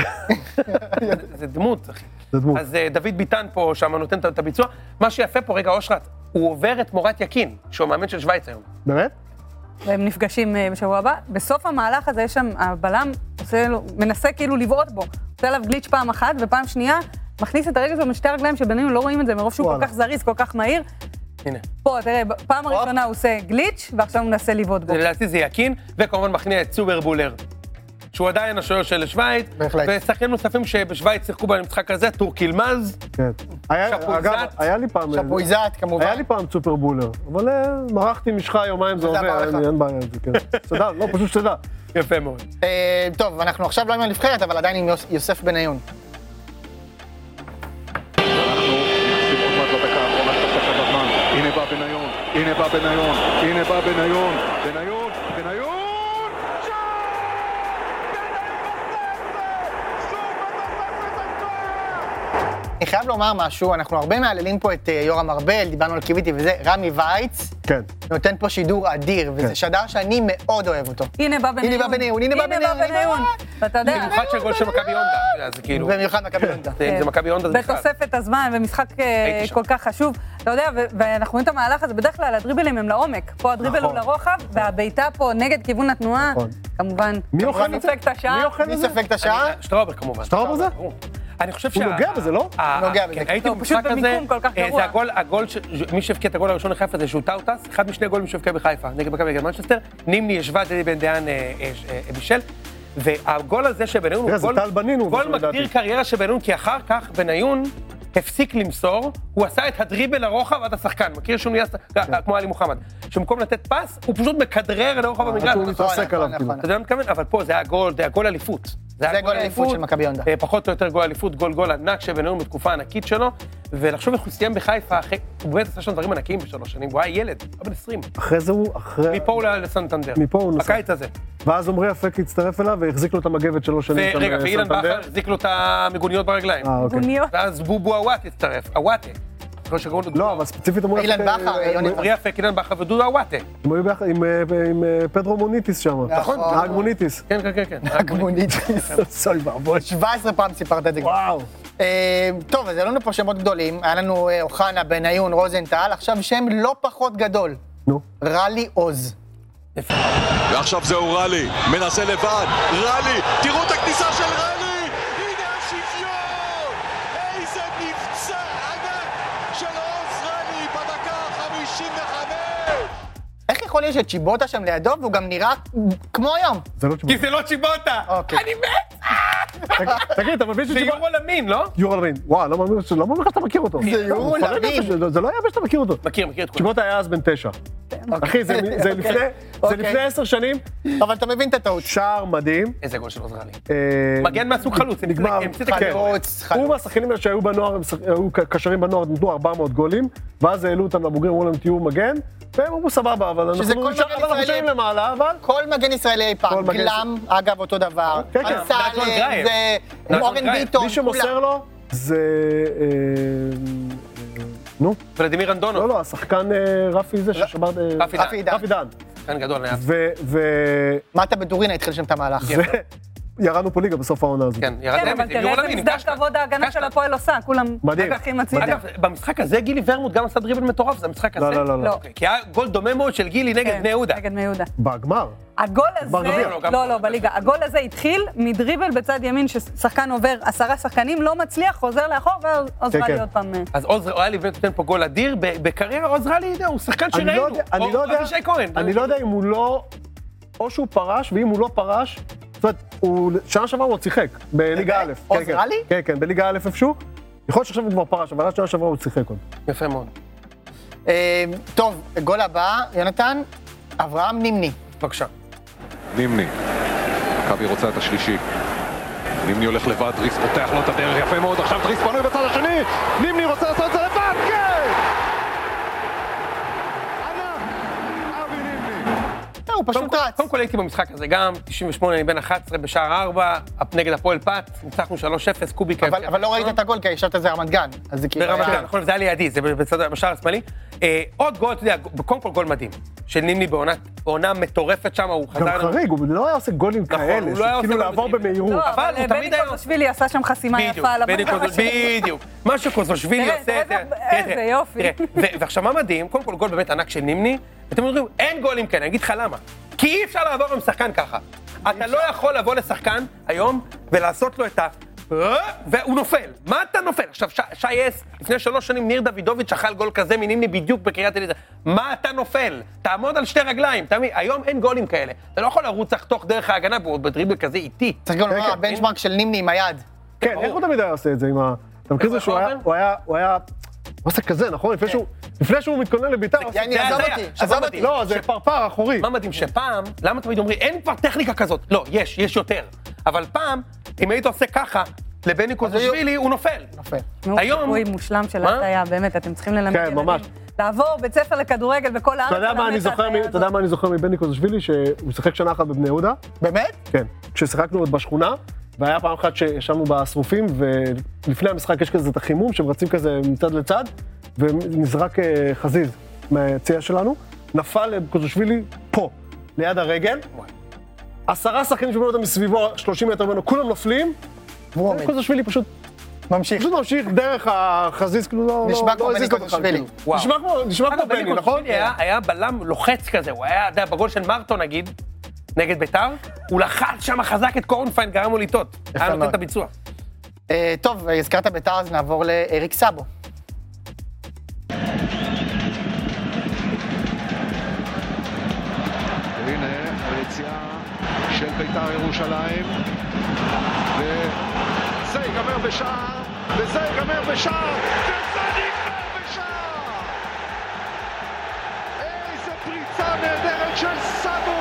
זה- זה דמות, אחי.
זה דמות.
אז אה, דוד ביטן פה, שם נותן את- את הביצוע. מה שיפה פה, רגע, אושרת, הוא עובר את מורת יקין, שהוא המאמן של שווייץ היום.
אוקיי.
באמת?
והם נפגשים אה, בשבוע הבא. בסוף המהלך הזה יש שם, הבלם עושה לו, מנסה כאילו לבעוט בו. עושה עליו גליץ' פעם אחת, ופעם שנייה מכניס את הרגל שלו בין שתי הרגליים שבנינו לא רואים את זה מרוב שהוא כל
וואלה.
כך זריז, כל כך מהיר.
הנה.
פה, תראה, פעם הראשונה הוא עושה גליץ', ועכשיו הוא מנסה לבעוט בו.
לדעתי זה לא- יקין, וכמובן מכניע את סובר בולר. שהוא עדיין השוער של שווייץ,
בהחלט.
ושחקנים נוספים שבשווייץ שיחקו במשחק הזה, טורקילמז,
כן. היה-
שפוי
אגב,
זת.
היה לי פעם...
שפויזת
היה
כמובן.
לי פעם צופר בולר, אבל אה, מרחתי משחה יומיים, זה
וזה עבר
עובר,
לך.
אין- אין בעיה עם זה, כן. שתדע, לא, פשוט שתדע.
יפה מאוד.
אה, טוב, אנחנו עכשיו לא עם הנבחרת, אבל עדיין עם יוס- יוסף בניון.
נכנסים עוד מעט לדקה האחרונה של הספר בזמן. הנה בא בניון, הנה בא בניון, הנה בא בניון, בניון, בניון!
אני חייב לומר משהו, אנחנו הרבה מהללים פה את אה, יורם ארבל, דיברנו על קיוויתי וזה, רמי וייץ
כן.
נותן פה שידור אדיר, וזה
כן.
שדר שאני מאוד אוהב אותו.
הנה בא בניון.
הנה בא בניון, הנה בא בניון,
בניון. ואתה יודע,
במיוחד של גול של מכבי הונדה, אז כאילו,
במיוחד מכבי יונדה.
זה- זה מכבי הונדה, זה בכלל.
בתוספת הזמן, ומשחק אה,
הייתי שם.
כל כך חשוב. אתה יודע, ו- ואנחנו רואים את המהלך הזה, בדרך כלל הדריבלים הם לעומק. פה הדריבל הוא
נכון.
לרוחב, והבעיטה פה נגד כיוון התנועה,
נכון.
כמובן.
מי אוכל את זה?
ספק את השער.
מי אוכל
מי
את זה?
ספק את השעה?
אה, שטראובר כמובן.
שטראובר זה?
ברור. אני חושב שה...
הוא נוגע בזה, לא?
אה,
נוגע
אה,
בזה.
כן, הייתי
לא,
במשחק
פשוט
הזה,
במיקום כל כך
אה,
גרוע.
זה הגול, הגול, ש- מי שהבקיע את הגול הראשון לחיפה זה שהוא טאוטס, אחד משני גולים שהבקיע בחיפה, נגד מכבי נגד מנצ'סטר, נימני ישבה, דדי בן דיין אה, אה, ש- אה, בישל. והגול הזה של בניון הוא
תראה, זה
גול,
טל בנינו,
גול
משהו
מגדיר
לדעתי.
קריירה של בניון, כי אחר כך בניון הפסיק למסור, הוא עשה את הדריבל לרוחב עד השחקן, מכיר שהוא נהיה ש-
כן.
כמו עלי מוחמד, שבמקום לתת פס, הוא פשוט מכדרר לרוחב המגרש.
אה, הוא מתרסק
נכון,
עליו,
נכון,
כאילו.
נכון.
אתה יודע מה אני מתכוון? אבל פה זה היה גול, זה היה גול אליפות. היה
זה גול אליפות של מכבי הונדה.
אה, פחות או יותר גול אליפות, גול גול ענק שבנאום בתקופה ענקית שלו, ולחשוב איך הוא סיים בחיפה, אחרי- הוא באמת עשה שם דברים ענקיים בשלוש שנים, הוא היה ילד, הוא היה בן 20.
אחרי זה הוא, אחרי...
מפה הוא עלה לסנטנדר.
מפה הוא נסע.
בקיץ הזה.
ואז עמרי אפק הצטרף אליו והחזיק לו את המגבת שלוש שנים. שם
ורגע, ואילן
בסנטנדר.
בכר החזיק לו את המיגוניות ברגליים.
אה, אוקיי.
גוניות.
ואז בובו הוואט הצטרף, הוואטה. זוכר שקראו לו-
לא, אבל ספציפית אה, אמרו...
אילן בכר, יוני.
עמרי אפק, אילן בכר ודודו הוואטה.
הם היו ביחד עם, אה, עם אה, פדרו מוניטיס שם.
נכון.
נהג מוניטיס.
כן, כן, כן, כן.
אגמוניטיס.
סוי ואבוי.
17 פעם סיפרת את זה כבר.
וואו.
אה, טוב, אז היו לנו פה שמות גדולים, היה לנו אה, אוחנה, בניון, רוזנטל, עכשיו שם לא פחות גדול,
נו.
רלי עוז.
ועכשיו זהו רלי, מנסה לבד, רלי, תראו את הכניסה של רלי! הנה השוויון! איזה מבצע ענק של עוז רלי בדקה ה-55!
איך יכול להיות שצ'יבוטה שם לידו והוא גם נראה כמו היום?
זה לא תשמע.
כי זה לא צ'יבוטה!
אוקיי.
אני מת!
תגיד, אתה מבין
זה
שתשמע...
יורו למין, לא?
יורל מין. וואו, לא מאמין לא מאמין לך שאתה מכיר אותו.
זה יורל
הוא חולה
מין.
נפש, זה- זה לא היה שאתה מכיר אותו.
מכיר, מכיר את כולם.
תשמעות היה אז בן תשע. אחי, זה זה
אוקיי.
לפני- זה
אוקיי.
לפני עשר שנים,
אבל אתה מבין את הטעות.
שער מדהים.
איזה גול של עוזרני.
אה,
מגן מהסוג חלוץ, המציא את
נגמר.
הכ- המציא את
כן.
הכדור.
חלוץ, חלוץ.
הוא מהשחקנים האלה שהיו בנוער, הם שח- היו ק- קשרים בנוער, נתנו 400 גולים, ואז העלו אותם לבוגרים, אמרו להם תהיו מגן, והם אמרו סבבה, אבל
שזה
אנחנו
כל
נשאר-
מגן
אבל
ישראלי.
אנחנו נשארים למעלה, אבל...
כל מגן ישראלי אי פעם,
כל מגן
גלם, אגב, אותו דבר,
כן, כן.
אמסלם,
נחמן גרייב.
זה-
נחמן
אורן
גרייב.
ביטון,
מי שמוסר
כולם.
לו זה... אה, אה, נו,
ולדימיר אנדונו,
לא, לא, השחקן אה, רפי זה ששבר... אה,
רפי דן.
רפי עידן.
רפי דן.
כאן כן, גדול, היה.
ו- ו-
מטה בטורינה התחיל שם את המהלך.
וירדנו פה ליגה בסוף העונה הזאת.
כן,
כן,
ירדתם
אבל
את זה, יורו
תראה
למין,
איזה מסדר
נפגשת.
כבוד ההגנה
נפגשת.
של הפועל עושה, כולם
מדהים.
אג"חים הצידה.
אגב, במשחק הזה גילי ורמוט גם עשה דריבל מטורף, זה המשחק הזה.
כן. לא, לא, לא,
לא.
לא.
אוקיי, כי היה גול דומה מאוד של גילי נגד
כן,
בני יהודה.
נגד בני יהודה.
בגמר.
הגול הזה,
גמר גביע.
לא, גם-
לא, לא, בליגה. הגול הזה התחיל מדריבל בצד ימין, ששחקן עובר עשרה שחקנים, לא מצליח, חוזר לאחור, ועוזרה
כן,
לי
כן.
עוד פעם. אה,
אז עוז היה לי באמת נותן פה גול אדיר, ב- בקריירה עוז רלי, הוא שחקן
אני לא
שראינו.
יודע- אני
או
לא יודע-
אבישי כהן.
אני לא יודע אם הוא לא... או שהוא פרש, ואם הוא לא פרש, זאת אומרת, הוא- שנה שעברה הוא עוד שיחק, בליגה א'.
באמת?
כן,
עוז
כן.
רלי?
כן, כן, בליגה א' איפשהו. יכול להיות שעכשיו הוא כבר פרש, אבל עד שנה שעברה הוא עוד שיחק עוד.
יפה מאוד.
אה, טוב, גול הבא, יונתן, אברהם נימני.
בבקשה.
נימני. מכבי רוצה את השלישי. נימני הולך לבד, דריס פותח לו את הדרך יפה מאוד, עכשיו דריס פנוי בצד השני! נימני רוצה לעשות את זה לבד, כן! ענק! אבי נימני.
אה, הוא
קודם
פשוט
כל-
רץ.
קודם כל הייתי במשחק הזה גם, 98, אני בן 11 בשער 4, אפ נגד הפועל פת, ניצחנו 3-0, קובי
אבל אבל לא ראית את הגול כי ישבת זה רמת גן. אז זה כאילו...
ברמת
היה-
גן, נכון, זה היה לידי, זה בצד בשער השמאלי. אה, עוד גול, אתה יודע, קודם כל גול מדהים, של נימני בעונה- בעונה מטורפת שם, הוא חזר...
גם
אלינו.
חריג, הוא לא היה עושה גולים
נכון,
כאלה,
הוא לא היה
של כאילו
עושה
לעבור
גולים.
במהירות.
לא,
אבל
אבל
הוא
בני
תמיד היה-
קוזושווילי עשה שם חסימה
בדיוק,
יפה על
בני
הבנקר
קוזוש-
השני.
בדיוק. מה שקוזושווילי
תראה,
עושה,
תראה, איזה יופי.
כן, תראה, ו- ועכשיו מה מדהים, קודם כל גול באמת ענק של נימני, ואתם אומרים, אין גולים כאלה, אני אגיד לך למה. כי אי אפשר לעבור עם שחקן ככה. אתה לא יכול לבוא לשחקן היום ולעשות לו את ה... אה, והוא נופל. מה אתה נופל? עכשיו, ש- שי אס, לפני שלוש שנים ניר דוידוביץ' אכל גול כזה מנימני בדיוק בקריית אליזה. מה אתה נופל? תעמוד על שתי רגליים, אתה מבין? היום אין גולים כאלה. אתה לא יכול לרוץ לחתוך דרך ההגנה, והוא עוד בדריבל כזה איטי.
צריך גם לומר,
כן.
הבנצ'מרק של נימני עם היד.
כן, איך הוא תמיד היה עושה את זה עם ה... אתה מכיר את זה
איך הוא
שהוא היה...
עובר?
הוא היה... הוא היה... הוא עשה כזה, נכון? לפני שהוא... לפני שהוא מתכונן לביתה... הוא עושה-
יעני,
זה
עזוב
הזיה.
אותי,
שזה
עזוב
לא
אותי.
מתאים.
לא, זה פרפר אחורי.
מה מדהים שפעם, למה תמיד אומרים, אין כבר טכניקה כזאת? לא, יש, יש יותר. אבל פעם, אם היית עושה ככה, לבני קוזושווילי, הוא נופל.
יפה.
נו,
היום-
חיפוי מושלם של
מה?
הטעיה, באמת, אתם צריכים ללמד
כן,
ילדים.
ממש.
לעבור בית ספר לכדורגל בכל הארץ.
אתה יודע מה
ללמד
אני
את
זוכר מ-
ההטעיה
אתה יודע
הזאת.
מה אני זוכר מבני קוזשווילי? שהוא שיחק שנה אחת בבני יהודה?
באמת?
כן. כששיחקנו עוד בשכונה, והיה פעם אחת שישבנו בשרופים, ולפני המשחק יש כזה את החימום, שהם רצים כזה מצד לצד, ונזרק אה, חזיז מהיציע שלנו, נפל לקוזשווילי פה, ליד הרגל. עשרה שחקנים שבנו אותם מסביבו, 30 מטר ממנו, כולם נופלים,
והוא עומד.
קוזשווילי פשוט
ממשיך.
פשוט ממשיך דרך החזיז, כאילו לא...
נשמע
לא-
כמו
לא
בני
הזיז אותו
קודשווילי.
בכלל, כאילו.
וואו.
נשמע כמו- נשמע
אגב,
כמו
בני
בני, נכון?
קוזושווילי היה- היה בלם לוחץ כזה, הוא היה, אתה יודע, בגול של מרטו נגיד, נגד ביתר, הוא לחץ שם חזק את קורנפיין, גרם לו לטעות. היה נותן
מאוד.
את הביצוע.
אה, טוב, הזכרת ביתר, אז נעבור לאריק סאבו.
והנה היציאה של בית"ר ירושלים, וזה ייגמר בשער, וזה ייגמר בשער, וזה נגמר בשער! איזה פריצה נהדרת של סאבו!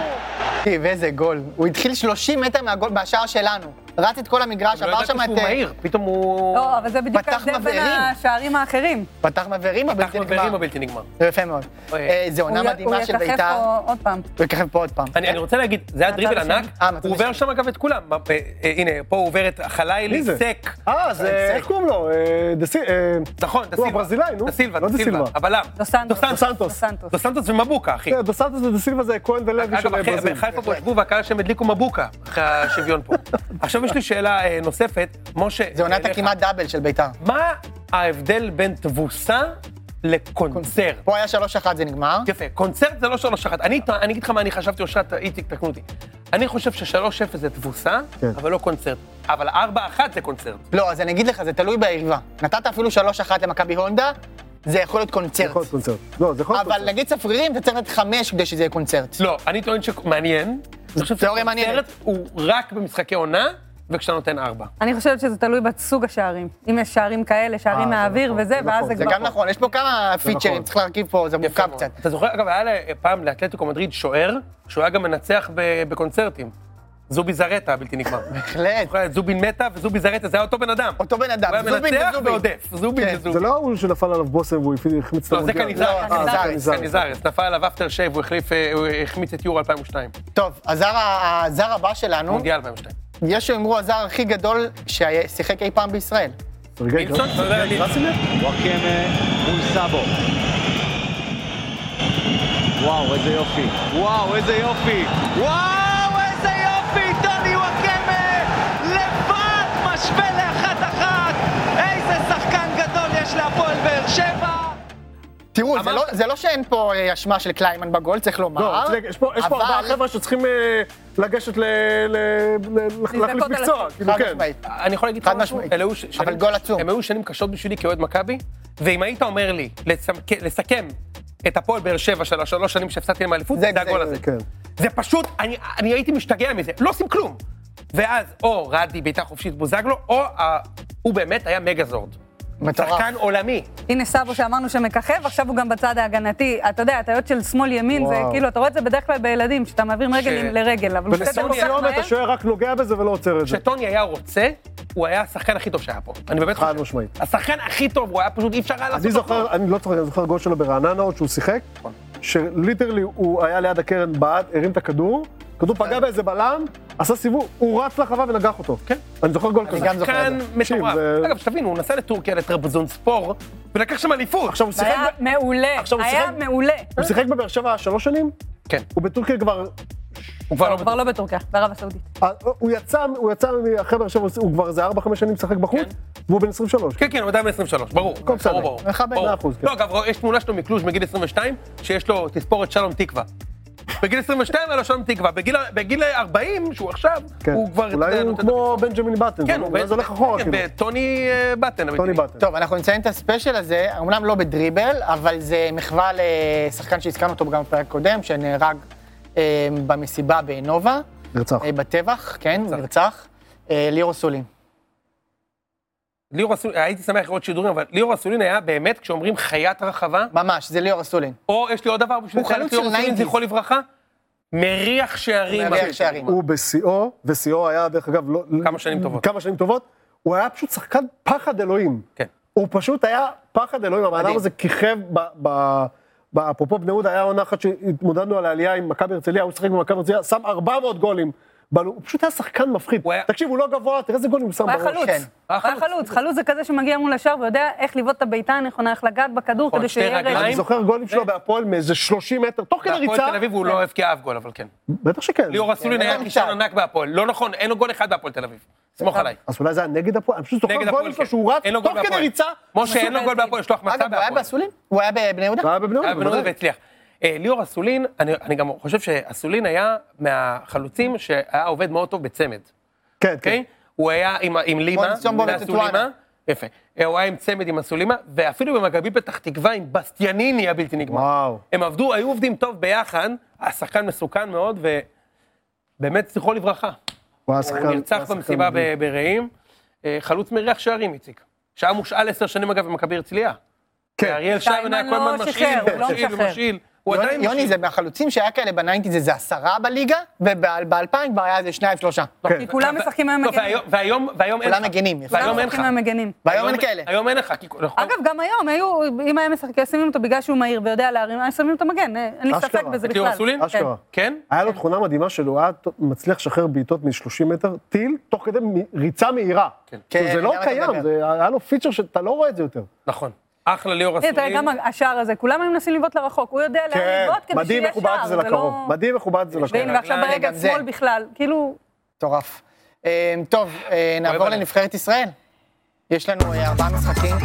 אחי, ואיזה גול. הוא התחיל 30 מטר מהגול, מהשער שלנו. רץ את כל המגרש,
לא
עבר
ידעתי
שם את... אה,
שהוא מהיר, פתאום הוא...
לא, אבל זה בדיוק
פתח
ההבדל בין
מבערים.
השערים האחרים.
פתח מבערים, הבלתי
אנחנו בברים
נגמר.
הבלתי נגמר.
זה יפה מאוד.
אוי.
אה, זו עונה
הוא י-
מדהימה של
הוא יככב
ביתר.
פה עוד פעם.
הוא יככב פה עוד פעם.
אני אני רוצה להגיד, זה היה
מהצד
דריבל
השני.
ענק,
אה, מהצד
הוא עובר
השני.
שם אגב את כולם. מה, אה, אה, הנה, פה הוא עובר את חלילי,
מי זה?
סק.
אה, זה... איך קוראים לו? אה, דה סי- אה,
נכון, דה
הוא
סילבה.
הברזילאי, נו.
דה סילבה,
לא
דה
דה
סילבה.
סילבה.
הבלם.
דו סנטוס.
דו סנטוס.
דו סנטוס.
דו סנטוס ומבוקה, אחי.
כן,
אה, דו סנטוס ודה סילבה זה כהן ולוי של
אגב, אחי,
ברזיל.
בחיפה פה ישבו והקהל שם הדליקו מבוקה, אחרי השוויון פה. עכשיו יש לי שאלה אה, נוספת, משה.
זה עונת
אליך.
הכמעט דאבל של ביתר.
מה ההבדל בין תבוסה לקונצרט?
פה היה 3-1 זה נגמר.
יפה, קונצרט זה לא 3-1. אני טוע- אני אגיד לך מה אני חשבתי, אושרת, איציק, תקנו אותי. אני חושב ש-3-0 זה תבוסה,
כן.
אבל לא קונצרט. אבל 4-1 זה קונצרט.
לא, אז אני אגיד לך, זה תלוי ביריבה. נתת אפילו 3-1 למכבי הונדה, זה יכול להיות קונצרט.
יכול להיות קונצרט. לא, זה יכול להיות
אבל
קונצרט.
נגיד ספרירים, אתה צריך לתת 5 כדי שזה יהיה קונצרט.
לא, אני טוען שמעניין. אני חושב
תיאוריה מעניינת.
שקונצרט הוא רק במשחקי עונה, וכשאתה נותן 4.
אני חושבת שזה תלוי בסוג השערים. אם יש שערים כאלה,
אה,
שערים
זה
מהאוויר
נכון,
וזה,
זה
ואז
נכון,
זה
זה
כבר...
גם נכון, יש פה כמה פיצ'רים,
נכון.
צריך להרכיב פה, זה
יפה
מורכב
מאוד.
קצת.
אתה זוכר, אגב, היה לה- פעם לאתלטיקו מדריד שוער, שהוא היה גם מנצח ב- בקונצרטים. זובי זרטה, הבלתי נגמר.
בהחלט.
זוכר, זובי מתה וזובי זרטה, זה היה אותו בן אדם.
אותו בן אדם,
הוא היה
זובין
מנצח
וזובין.
ועודף, זובי
כן.
וזובי.
זה לא הוא שנפל עליו בושם והוא הפעיל- החמיץ את
לא, זה
המונדיאל.
קניזרס.
לא,
אה, זה
קניזרס.
קניזרס, כן, נפל עליו אפטר שייב, הוא החליף, אה, הוא החמיץ את יורו 2002.
טוב, הזר ה- הזר הבא שלנו,
מונדיאל 2002.
יש שיאמרו הזר הכי גדול ששיחק אי פעם בישראל.
לא, רגע,
נילסון, אתה יודע, אני-
רצים לי?
וואקמה מול סאבו. וואו, איזה יופי. וואו, איזה יופי. וואו, איזה יופי, טוני וואקמה! לבד משווה לאחת-אחת! איזה שחקן גדול יש להפועל באר שבע!
תראו, זה
אמרת-
לא- זה לא שאין פה אה, אשמה של קליימן בגול, צריך
לא,
לומר.
צודק, יש פה יש פה
אבל-
ארבעה חבר'ה שצריכים אה, לגשת ל- ל- ל- להחליף
על
מקצוע.
עצמם.
כאילו,
חד
כן.
משמעית.
אני יכול להגיד לך
חד
משהו?
משמעית.
אלה היו ש- שנים-
אבל גול עצום.
הם היו שנים קשות בשבילי כאוהד מכבי, ואם היית אומר לי לסמק- לסכם את הפועל באר שבע של השלוש שנים שהפסדתי להם האליפות,
זה-
זה הגול
זה-
הזה.
כן.
זה פשוט, אני, אני הייתי משתגע מזה, לא עושים כלום. ואז או רדי בעיטה חופשית בוזגלו, או ה- הוא באמת היה מגזורד.
מטורף.
שחקן עולמי.
הנה סאבו שאמרנו שמככב, עכשיו הוא גם בצד ההגנתי. אתה יודע, הטעיות של שמאל-ימין, זה
וואו.
כאילו, אתה רואה את זה בדרך כלל בילדים, שאתה מעביר רגל עם- לרגל, אבל הוא שתי
ובסוני
כל כך
היום
מהר.
סיומת, השוער רק נוגע בזה ולא עוצר את זה.
כשטוני היה רוצה, הוא היה השחקן הכי טוב שהיה פה. אני באמת
חד
חושב.
משמעית.
השחקן הכי טוב, הוא היה פשוט אי אפשר היה לעשות
אני זוכר, אני לא זוכר, אני זוכר גול שלו ברעננה עוד שהוא שיחק, שליטרלי הוא היה ליד הקרן, בעט, הרים את הכדור, כדור פגע באיזה בלם, עשה סיבוב, הוא רץ לחווה ונגח אותו. כן. אני זוכר גול כזה.
גם זוכר.
שחקן
תקשיב,
מטורף.
זה-
אגב, שתבינו, הוא נסע לטורקיה לטרבזון ספור, ולקח שם אליפות.
עכשיו הוא שיחק,
היה
ב-
מעולה,
עכשיו הוא
היה
שיחק-
מעולה.
הוא שיחק בבאר שבע שלוש שנים,
כן,
הוא בטורקיה כבר,
הוא כבר לא...
נכון.
כבר לא בטורקיה, בערב הסעודית.
אה, הוא יצא, הוא יצא אחרי באר שבע, הוא כבר איזה ארבע, חמש שנים משחק בחוץ, והוא בן 23.
כן, כן, הוא עדיין בן 23, ברור.
הכל בסדר.
ברור, ברור.
מכבד,
ברור.
מאה אחוז, כן.
לא, אגב, יש תמונה שלו מקלוז' מגיל 22, שיש לו תספורת שלום תקווה. בגיל 22 היה לו שלום תקווה, בגיל, בגיל 40, שהוא עכשיו,
כן.
הוא כבר...
אולי הוא
נותן-
כמו בנג'מין בטן,
כן,
אולי זה הולך אחורה,
כן,
כאילו.
וטוני אה, בטן.
טוני
אמיתי.
בטן.
טוב, אנחנו נציין את הספיישל הזה, אמנם לא בדריבל, אבל זה מחווה לשחקן שהזכרנו אותו גם בפרק קודם, שנהרג אה, במסיבה בנובה,
נרצח.
אה, בטבח, כן, נרצח, אה, ליאור סולין.
ליאור אסולין, הייתי שמח לראות שידורים, אבל ליאור אסולין היה באמת, כשאומרים חיית רחבה,
ממש, זה ליאור סולין.
או יש לי עוד דבר בשביל
הוא
לציין
חלוץ
את ליאור
של
אסולין,
90s.
זכרו לברכה, מריח שערים.
מריח
אחי.
שערים.
הוא בשיאו, ושיאו היה, דרך אגב, לא...
כמה שנים טובות.
כמה שנים טובות. הוא היה פשוט שחקן פחד אלוהים.
כן.
הוא פשוט היה פחד אלוהים, הבן אדם הזה כיכב ב... ב... ב- אפרופו בני יהודה, היה עונה אחת שהתמודדנו על העלייה עם מכבי הרצליה, הוא שיחק במכבי הרצליה, שם 400 גולים. בנו- הוא פשוט היה שחקן מפחיד.
הוא היה-
תקשיב, הוא לא גבוה, תראה איזה גולים הוא שם
הוא היה
בראש.
חלוץ.
כן.
הוא היה חלוץ. חלוץ זה כזה שמגיע מול השער ויודע איך לבעוט את הבעיטה הנכונה, איך לגעת בכדור
נכון,
כדי
שתי
שיהיה
רגליים.
רגל.
אני זוכר גולים שלו בהפועל מאיזה 30 מטר, תוך כדי
אה? בהפועל
ריצה.
תל אביב הוא לא הבקיע אף גול, אבל כן.
בטח שכן.
ליאור אסולין היה
גם
כישרון
קצת.
ענק בהפועל. לא נכון, אין לו גול אחד בהפועל תל אביב. סמוך עליי.
אז אולי זה היה נגד הפועל, אני פשוט זוכר
נגד הפועל,
גולים שלו
כן.
נכון, שהוא רץ,
אין לו גול
תוך כדי
בהפועל.
ריצה.
משה, אין לו
מסוגל.
גול בהפועל, יש לו החמצה
אגב, הוא היה
בהפועל.
באסולין? הוא היה בבני יהודה?
הוא היה בבני
היה
יהודה,
בן יהודה
בוודאי.
והצליח. אה, ליאור אסולין, אני אני גם חושב שאסולין היה מהחלוצים שהיה עובד מאוד טוב בצמד,
כן, כן.
אוקיי? הוא היה עם ה- עם לימה,
מונסומבו
והסולימה.
וטטואנה.
יפה. אה, הוא היה עם צמד עם הסולימה, ואפילו במכבי פתח תקווה עם בסטיאניני הבלתי נגמר.
וואו.
הם עבדו, היו עובדים טוב ביחד, השחקן מסוכן מאוד, ובאמת, זכרו לברכה.
הוא היה שחקן...
הוא
היה
נרצח
שחקן
במסיבה
מדהים.
ב- ברעים. אה, חלוץ מריח שערים, איציק. שהיה מושאל עשר שנים, אגב, במכבי הרצליה. כן. אריאל שיימן היה
שיימן
כל
לא
הזמן משאיל,
שחרר, הוא לא
ומשאיל
משחרר.
ומשאיל. הוא
יוני-
עדיין
יוני,
משאיל.
זה מהחלוצים שהיה כאלה בניינטיז, איזה עשרה בליגה, וב-2000 כבר היה איזה שניים, שלושה.
כי כולם משחקים היום
לא,
מגנים.
והיום- והיום והיום אין לך.
כולם מגנים, יפה.
כולם
והיום אין לך.
משחקים היום מגנים.
והיום אין כאלה.
היום אין לך. כי כל- נכון.
אגב, גם היום, היו, אם היה משחק, שמים אותו בגלל שהוא מהיר ויודע להרים, היו שמים אותו מגן, אה, אין לי
אשכרה.
ספק בזה
את ליאור
בכלל.
אסולין?
אשכרה.
כן?
היה לו תכונה מדהימה שלו, היה מצליח לשחרר בעיטות מ-30 מטר, טיל, תוך כדי מ- ריצה מהירה. כן.
כן,
זה לא
גם אתה
קיים,
מדבר.
זה היה לו פיצ'ר שאתה לא רואה את זה יותר.
נכון. אחלה ליאור
הנה, תראה,
אסולין.
אה, גם השער הזה, כולם היו מנסים לבעוט לרחוק, הוא יודע
כן.
לאן לבעוט כדי
כן, מדהים
שיהיה
איך הוא בעט את זה
שער, לא-
לקרוב.
ולא...
מדהים איך הוא בעט את זה לקרוב.
והנה, ועכשיו
הנה,
ברגל
גם זה.
שמאל בכלל, כאילו,
מטורף. אה, טוב, אה, נעבור
עליי.
לנבחרת ישראל. יש לנו אה, ארבעה משחקים.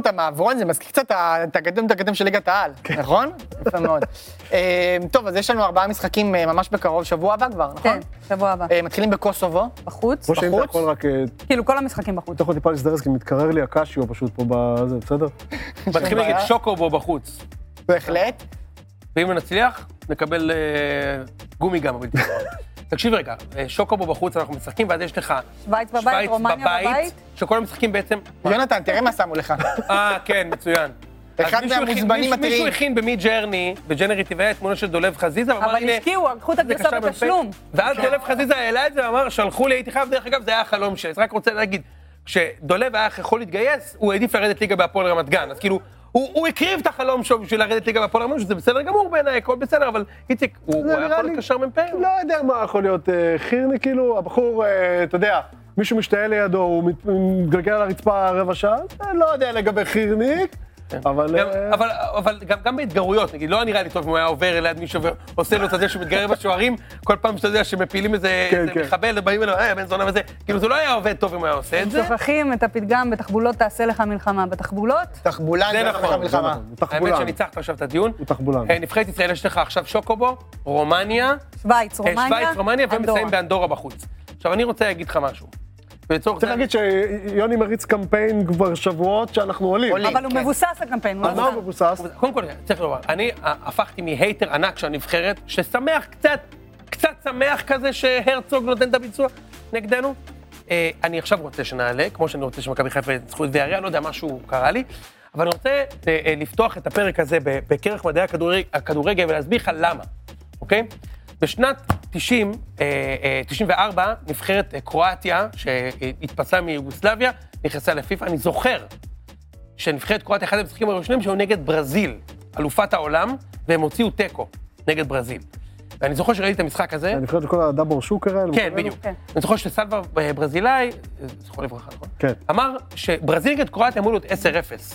את המעברון, זה מזכיר קצת את הקדם את הקדם של ליגת העל, נכון? יפה מאוד. אה, טוב, אז יש לנו ארבעה משחקים אה, ממש בקרוב, שבוע הבא כבר,
כן,
נכון?
שבוע הבא,
אה, מתחילים בקוסובו,
בחוץ,
משה, אם אתה
בחוץ?
יכול רק... אה,
כאילו כל המשחקים בחוץ.
אתה יכול טיפה להזדרז, כי מתקרר לי הקשיו פשוט פה בזה, בסדר?
מתחילים נגד
בעיה.
שוקובו בחוץ.
בהחלט.
ואם נצליח, נקבל אה, גומי גם. אבל- תקשיב רגע, אה, שוקובו בחוץ, אנחנו משחקים, ואז יש לך
שווייץ בבית, רומניה בבית.
שכל המשחקים בעצם...
יונתן, תראה מה שמו לך.
אה, כן, מצוין. אז
אחד
מישהו הכין-
מהמוזמנים
מישהו-
הטריים.
מישהו הכין במי ג'רני, בג'נרטיב היה תמונה של דולב חזיזה, ואמר,
אבל
הנה...
השקיעו, לקחו את
זה
הגרסה
קשר
בתשלום. כן.
מ"פ. ואז דולב חזיזה העלה את זה ואמר, שלחו לי, הייתי חייב, דרך אגב, זה היה החלום שלי. אז רק רוצה להגיד, כשדולב היה יכול להתגייס, הוא העדיף לרדת ליגה בהפועל רמת גן. אז כאילו, הוא הוא הקריב את החלום שלו בשביל לרדת ליגה בהפועל רמת גן, שזה בסדר גמור בעיניי, הכל בסדר, אבל איציק, הוא הוא
זה
היה
נראה
יכול
לי-
להיות קשר מ"פ.
לא יודע מה יכול להיות, אה, חירני כאילו, הבחור, אה, אתה יודע, מישהו משתעל לידו, הוא מת- הוא מתגלגל על הרצפה רבע שעה, אה, לא יודע לגבי חירניק, אבל...
כן. גם-
אה,
אבל, אבל גם, גם בהתגרויות, נגיד, לא היה נראה לי טוב אם הוא היה עובר ליד מישהו ועושה לו את זה שמתגרר בשוערים, כל פעם שאתה יודע שמפילים איזה,
כן,
איזה
כן.
מחבל ובאים אליו, אה, בן זונה וזה, כאילו זה לא היה עובד טוב אם הוא היה עושה את זה.
שוכחים את הפתגם, בתחבולות תעשה לך מלחמה. בתחבולות,
תחבולה, אני
זה
אומר לך
נכון,
מלחמה.
הוא
האמת
תחבולן.
שניצחת עכשיו את הדיון.
הוא תחבולן.
אה, נבחרת ישראל, יש לך עכשיו שוקובו, רומניה,
שווייץ,
אה,
רומניה,
שווייץ, רומניה,
אנדורה.
ומסיים באנדורה בחוץ. עכשיו, אני רוצה להגיד לך משהו. ולצורך
צריך להגיד שיוני מריץ קמפיין כבר שבועות שאנחנו עולים.
עולים.
אבל הוא
כן.
מבוסס הקמפיין. הוא
על מה הוא
מבוסס.
מבוסס?
קודם כל, צריך לומר, אני אה, הפכתי מהייטר ענק של הנבחרת, ששמח קצת, קצת שמח כזה שהרצוג נותן את הביצוע נגדנו. אה, אני עכשיו רוצה שנעלה, כמו שאני רוצה שמכבי חיפה ינצחו את ויאריה, לא יודע, משהו קרה לי. אבל אני רוצה אה, אה, לפתוח את הפרק הזה ב- בכרך מדעי הכדורג- הכדורגל ולהסביר לך למה, אוקיי? בשנת 90, אה, אה, 94, נבחרת אה, קרואטיה, שהתפצלה מיוגוסלביה, נכנסה לפיפ"א, אני זוכר שנבחרת קרואטיה, אחד המשחקים הראשונים שהיו נגד ברזיל, אלופת העולם, והם הוציאו תיקו נגד ברזיל. ואני זוכר שראיתי את המשחק הזה,
אני חושב שכל הדאבור שוקר האלה.
כן, בדיוק.
כן.
אני זוכר שסלווה אה, ברזילאי, אה, זכרו לברכה, נכון?
כן.
אמר שברזיל נגד קרואטיה אמור להיות 10-0.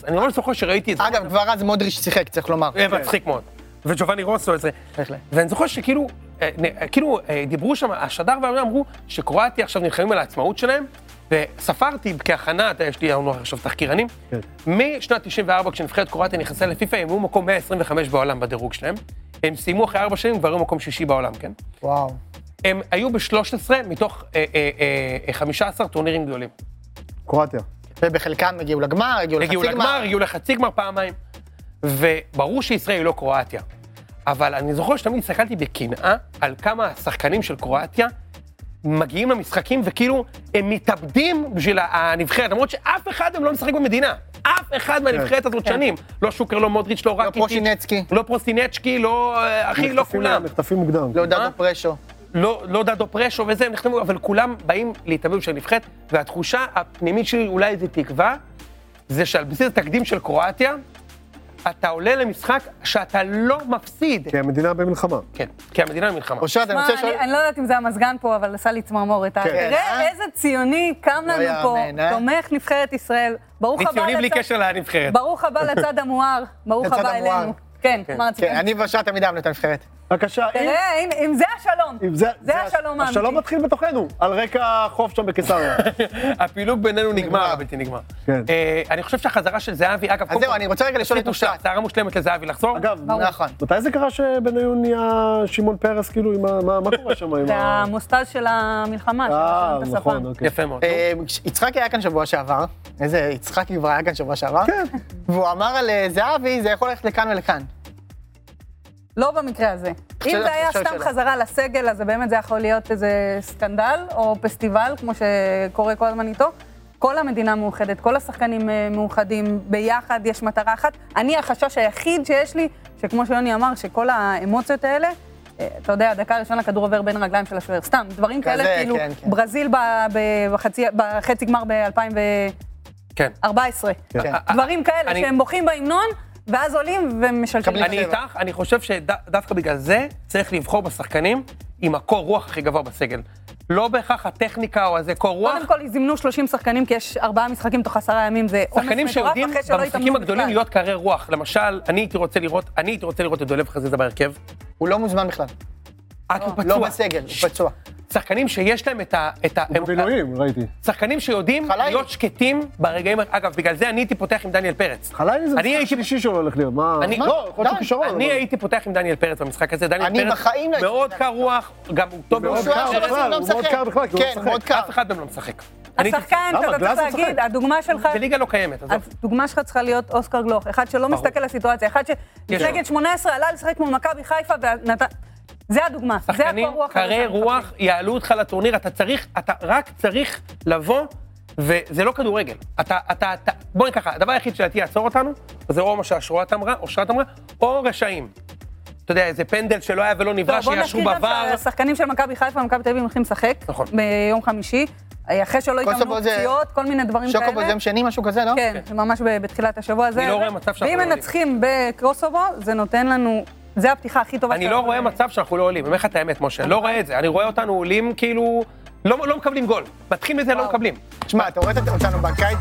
אני ממש זוכר שראיתי את זה.
אגב, כבר אז מודריץ' שיחק, צריך לומר.
היה אה, מצחיק מאוד. וג'ובאני רוסו, את זה.
בהחלט.
ואני זוכר שכאילו, אה, נ- אה, כאילו, אה, דיברו שם, השדר והעולם אמרו שקרואטיה עכשיו נלחמים על העצמאות שלהם, וספרתי כהכנה, אתה יודע, יש לי המונח עכשיו תחקירנים,
כן.
משנת 94, כשנבחרת קרואטיה נכנסה לפיפ"א, הם היו מקום 125 בעולם בדירוג שלהם. הם סיימו אחרי ארבע שנים, כבר היו מקום שישי בעולם, כן?
וואו.
הם היו ב-13 מתוך אה, אה, אה, אה, 15 טורנירים גדולים.
קרואטיה.
ובחלקם הגיעו לגמר, הגיעו לחצי
הגיעו
גמר.
לגמר, הגיעו לחצי גמר פעמיים. וברור שישראל היא לא קרואטיה, אבל אני זוכר שתמיד הסתכלתי בקנאה על כמה השחקנים של קרואטיה מגיעים למשחקים וכאילו הם מתאבדים בשביל הנבחרת, למרות שאף אחד מהם לא משחק במדינה. אף אחד מהנבחרת הזאת שנים. לא שוקר, לא מודריץ', כן. לא רקיטיץ'.
פרושינצקי.
לא פרוסינצ'קי, לא... אה, אחי, לא
נחטפים-
כולם.
נחטפים מוקדם.
לא
מה?
דאדו פרשו.
לא, לא דדו פרשו וזה, הם נחתמו, אבל כולם באים להתאבד בשביל הנבחרת, והתחושה הפנימית שלי, אולי איזו תקווה, זה שעל בסיס התקדים של קרואטיה, אתה עולה למשחק שאתה לא מפסיד.
כי המדינה במלחמה.
כן, כי המדינה במלחמה.
אושרת, אני
מה,
רוצה
אני-
לשאול...
אני לא יודעת אם זה המזגן פה, אבל עשה לי צמרמורת.
אה?
תראה איזה ציוני קם לנו פה,
יאמן, אה?
תומך נבחרת ישראל. ברוך
אני
הבא
ציוני בלי
לצד-
קשר לנבחרת.
ברוך הבא לצד המואר, ברוך
לצד
הבא
המואר.
אלינו. כן, מה רצית?
כן, אני ואושרת תמיד אהבנו את הנבחרת.
בבקשה, אם-
תראה, הנה, אם זה השלום.
אם
זה השלום האמיתי.
השלום מתחיל בתוכנו, על רקע החוף שם בקיסריה.
הפילוג בינינו נגמר, הבלתי נגמר.
כן.
אה, אני חושב שהחזרה של זהבי, אגב,
אז זהו, אני רוצה רגע לשאול את אושרת.
צערה מושלמת לזהבי לחזור.
אגב,
נכון.
מתי זה קרה שבניון נהיה שמעון פרס, כאילו, עם ה... מה- מה קורה שם עם
זה
ה...
המוסטז של המלחמה,
אה,
של השלמת
נכון,
השפם.
אוקיי.
יפה מאוד.
אה, יצחקי היה כאן שבוע שעבר, איזה יצחקי כבר היה כאן שבוע שעבר,
כן.
והוא אמר על אה, זהבי, זה יכול ללכת לכאן ולכאן.
לא במקרה הזה. אם
חושבת-
זה היה
חושבת
סתם
שלא.
חזרה לסגל, אז זה באמת זה יכול להיות איזה סקנדל או פסטיבל, כמו שקורה כל הזמן איתו. כל המדינה מאוחדת, כל השחקנים אה, מאוחדים, ביחד יש מטרה אחת. אני, החשש היחיד שיש לי, שכמו שיוני אמר, שכל האמוציות האלה, אה, אתה יודע, הדקה הראשונה הכדור עובר בין הרגליים של השוער. סתם, דברים כאלה,
כזה,
כאילו,
כן, כן.
ברזיל ב- ב- בחצי- בחצי גמר ב-2014.
כן.
כן.
דברים כאלה,
אני-
שהם בוכים בהמנון, ואז עולים ומשלשלים.
אני איתך, אני חושב שדווקא בגלל זה צריך לבחור בשחקנים עם הקור רוח הכי גבוה בסגל. לא בהכרח הטכניקה או הזה קור רוח,
קודם כל, זימנו 30 שחקנים, כי יש ארבעה משחקים תוך עשרה ימים, זה עומס
שחקנים
מטורף,
שיודעים
אחרי שלא
במשחקים
התאמנו
הגדולים
בכלל.
להיות קרי רוח. למשל, אני הייתי רוצה לראות, אני הייתי רוצה לראות את דולב חזיזה בהרכב.
הוא לא מוזמן בכלל.
רק הוא פצוע.
לא בסגל, הוא פצוע.
שחקנים שיש להם את ה... את ה- הם-
בילויים, ראיתי.
שחקנים שיודעים
חלילי.
להיות שקטים ברגעים... אגב, בגלל זה אני הייתי פותח עם דניאל פרץ.
חלילי זה
אני
משחק
הייתי-
שלישי שלו הולך להיות, מה...
אני-
לא, יכול להיות שהוא
די.
כישרון.
אני
אבל-
הייתי פותח עם דניאל פרץ במשחק הזה.
אני
דניאל פרץ
בחיים לא הייתי
מאוד
פותח.
קר רוח, גם הוא טוב
מאוד
מאוד
קר
שוער
בכלל,
שרצים לא
הוא מאוד
משחק.
קר בכלל, כי הוא לא
כן,
משחק.
מאוד קר.
אף אחד מהם לא משחק. אני הייתי-
השחקן,
למה?
אתה
גלאזר
צריך
צוחק.
להגיד, הדוגמה שלך...
זה ליגה לא קיימת, עזוב.
הדוגמה שלך צריכה להיות אוסקר גלוך, אחד שלא מסתכל על הסיטואציה, אחד
כן.
שנגד 18 עלה לשחק מול מכבי חיפה ונתן... זה הדוגמה, זה
שחקנים,
הקור רוח.
קרי
הזה שאנחנו
רוח,
מחפשים.
יעלו אותך לטורניר, אתה צריך, אתה רק צריך לבוא, וזה לא כדורגל. אתה, אתה, אתה, בואי ככה, הדבר היחיד שלדעתי יעצור אותנו, זה או מה שהשוערת אמרה, או שרת אמרה, או רשעים. אתה יודע, איזה פנדל שלא היה ולא
לא,
נברא,
בוא
שיאשרו
נזכיר גם
בVAR.
שהשחקנים של מכבי חיפה ומכבי תל אביב הולכים לשחק.
נכון.
ביום חמישי, אחרי שלא התאמנו
קוסובו זה-
פציעות, כל מיני דברים כאלה.
שוקובו זה יום שני, משהו כזה, לא?
כן, זה ממש ב- בתחילת השבוע הזה.
אני לא רואה מצב שאנחנו
ואם
לא
מנצחים בקרוסובו, זה נותן לנו, זה הפתיחה הכי טובה
אני
שלנו.
לא רואה מצב שאנחנו לא עולים, אני אומר לך את האמת, משה, לא רואה את זה. אני רואה אותנו עולים כאילו, לא לא מקבלים גול. מתחיל מזה, לא מקבלים.
שמע, אתה רואה את- אותנו בקיץ?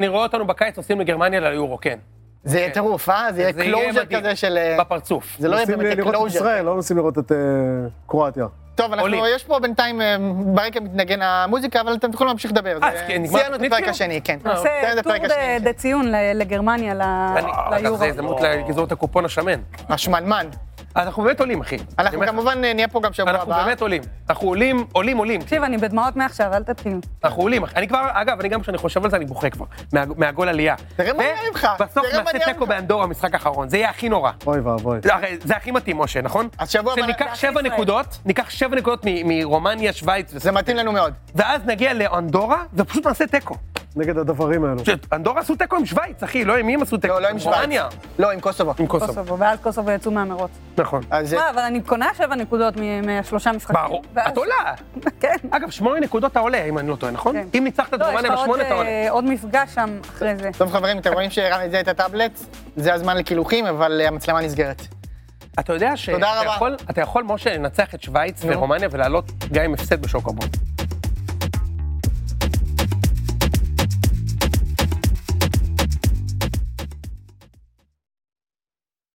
אני רואה אותנו בקיץ עושים לגרמניה ליורו, כן.
זה יהיה טירוף, אה? זה יהיה
זה יהיה
קלוז'ר
מדהים.
כזה של... אה,
בפרצוף.
זה לא יהיה
נוסעים
באמת יהיה
לראות את
קלוז'ר.
ישראל, לא נוסעים לראות את אה, קרואטיה.
טוב,
עולים.
אנחנו, יש פה בינתיים אה, ברקע מתנגן המוזיקה, אבל אתם יכולים להמשיך לדבר.
אה,
זה-
אז כן, נגמר
סיימנו את
התוכנית
הפרק
כאילו?
השני, כן. סיימנו
נעשה
את
טור
הפרק השני,
דה ציון ל- לגרמניה, ל-
אני- אגב,
ליורו.
זה הזדמנות לגזור את הקופון השמן.
כן. השמנמן.
אנחנו באמת עולים, אחי. אני
אנחנו
אומר לך,
כמובן אה, נהיה פה גם שבוע הבא.
אנחנו באמת עולים. אנחנו עולים, עולים, עולים.
תקשיב, אני בדמעות מעכשיו, אל תתחיל.
אנחנו עולים, אחי. אני כבר, אגב, אני גם כשאני חושב על זה, אני בוכה כבר. מה- מהגול עלייה.
תראה מה נראה לך,
ובסוף
תראה מה
נעשה
נראה
תיקו
לך.
באנדורה, משחק אחרון. זה יהיה הכי נורא.
אוי ואבוי.
הרי זה הכי מתאים, משה, נכון?
אז שבוע הבא
שניקח
נעשה
שבע
ישראל.
נקודות, ניקח שבע נקודות מ- מרומניה, שווייץ, וס-
זה מתאים לנו מאוד.
ואז נגיע לאנדורה, ופשוט נעשה תיקו.
נגד הדברים האלו.
פשוט, אנדורה עשו תיקו עם שווייץ, אחי, לא עם מי הם עשו תיקו?
לא, לא עם שווייץ.
רומניה.
לא, עם קוסובו.
עם קוסובו.
קוסובו, ואז קוסובו יצאו מהמרוץ.
נכון.
אז אה,
מה, אבל אני קונה שבע נקודות מ- מהשלושה משחקים.
ברור.
ואז-
את עולה.
כן.
אגב, שמונה נקודות אתה עולה, אם אני לא טועה, נכון?
כן.
אם ניצחת את
לא, יש
רומניה
לך עוד,
בשמונה אתה עולה.
אה, עוד מפגש שם אחרי זה.
טוב חברים, אתם רואים שהרם את זה את הטאבלט? זה הזמן לקילוחים, אבל אה, המצלמה נסגרת.
אתה יודע שאתה
תודה רבה.
יכול, אתה יכול, משה, לנצח את שווייץ ורומניה ולעלות גם עם הפסד בשוקובון.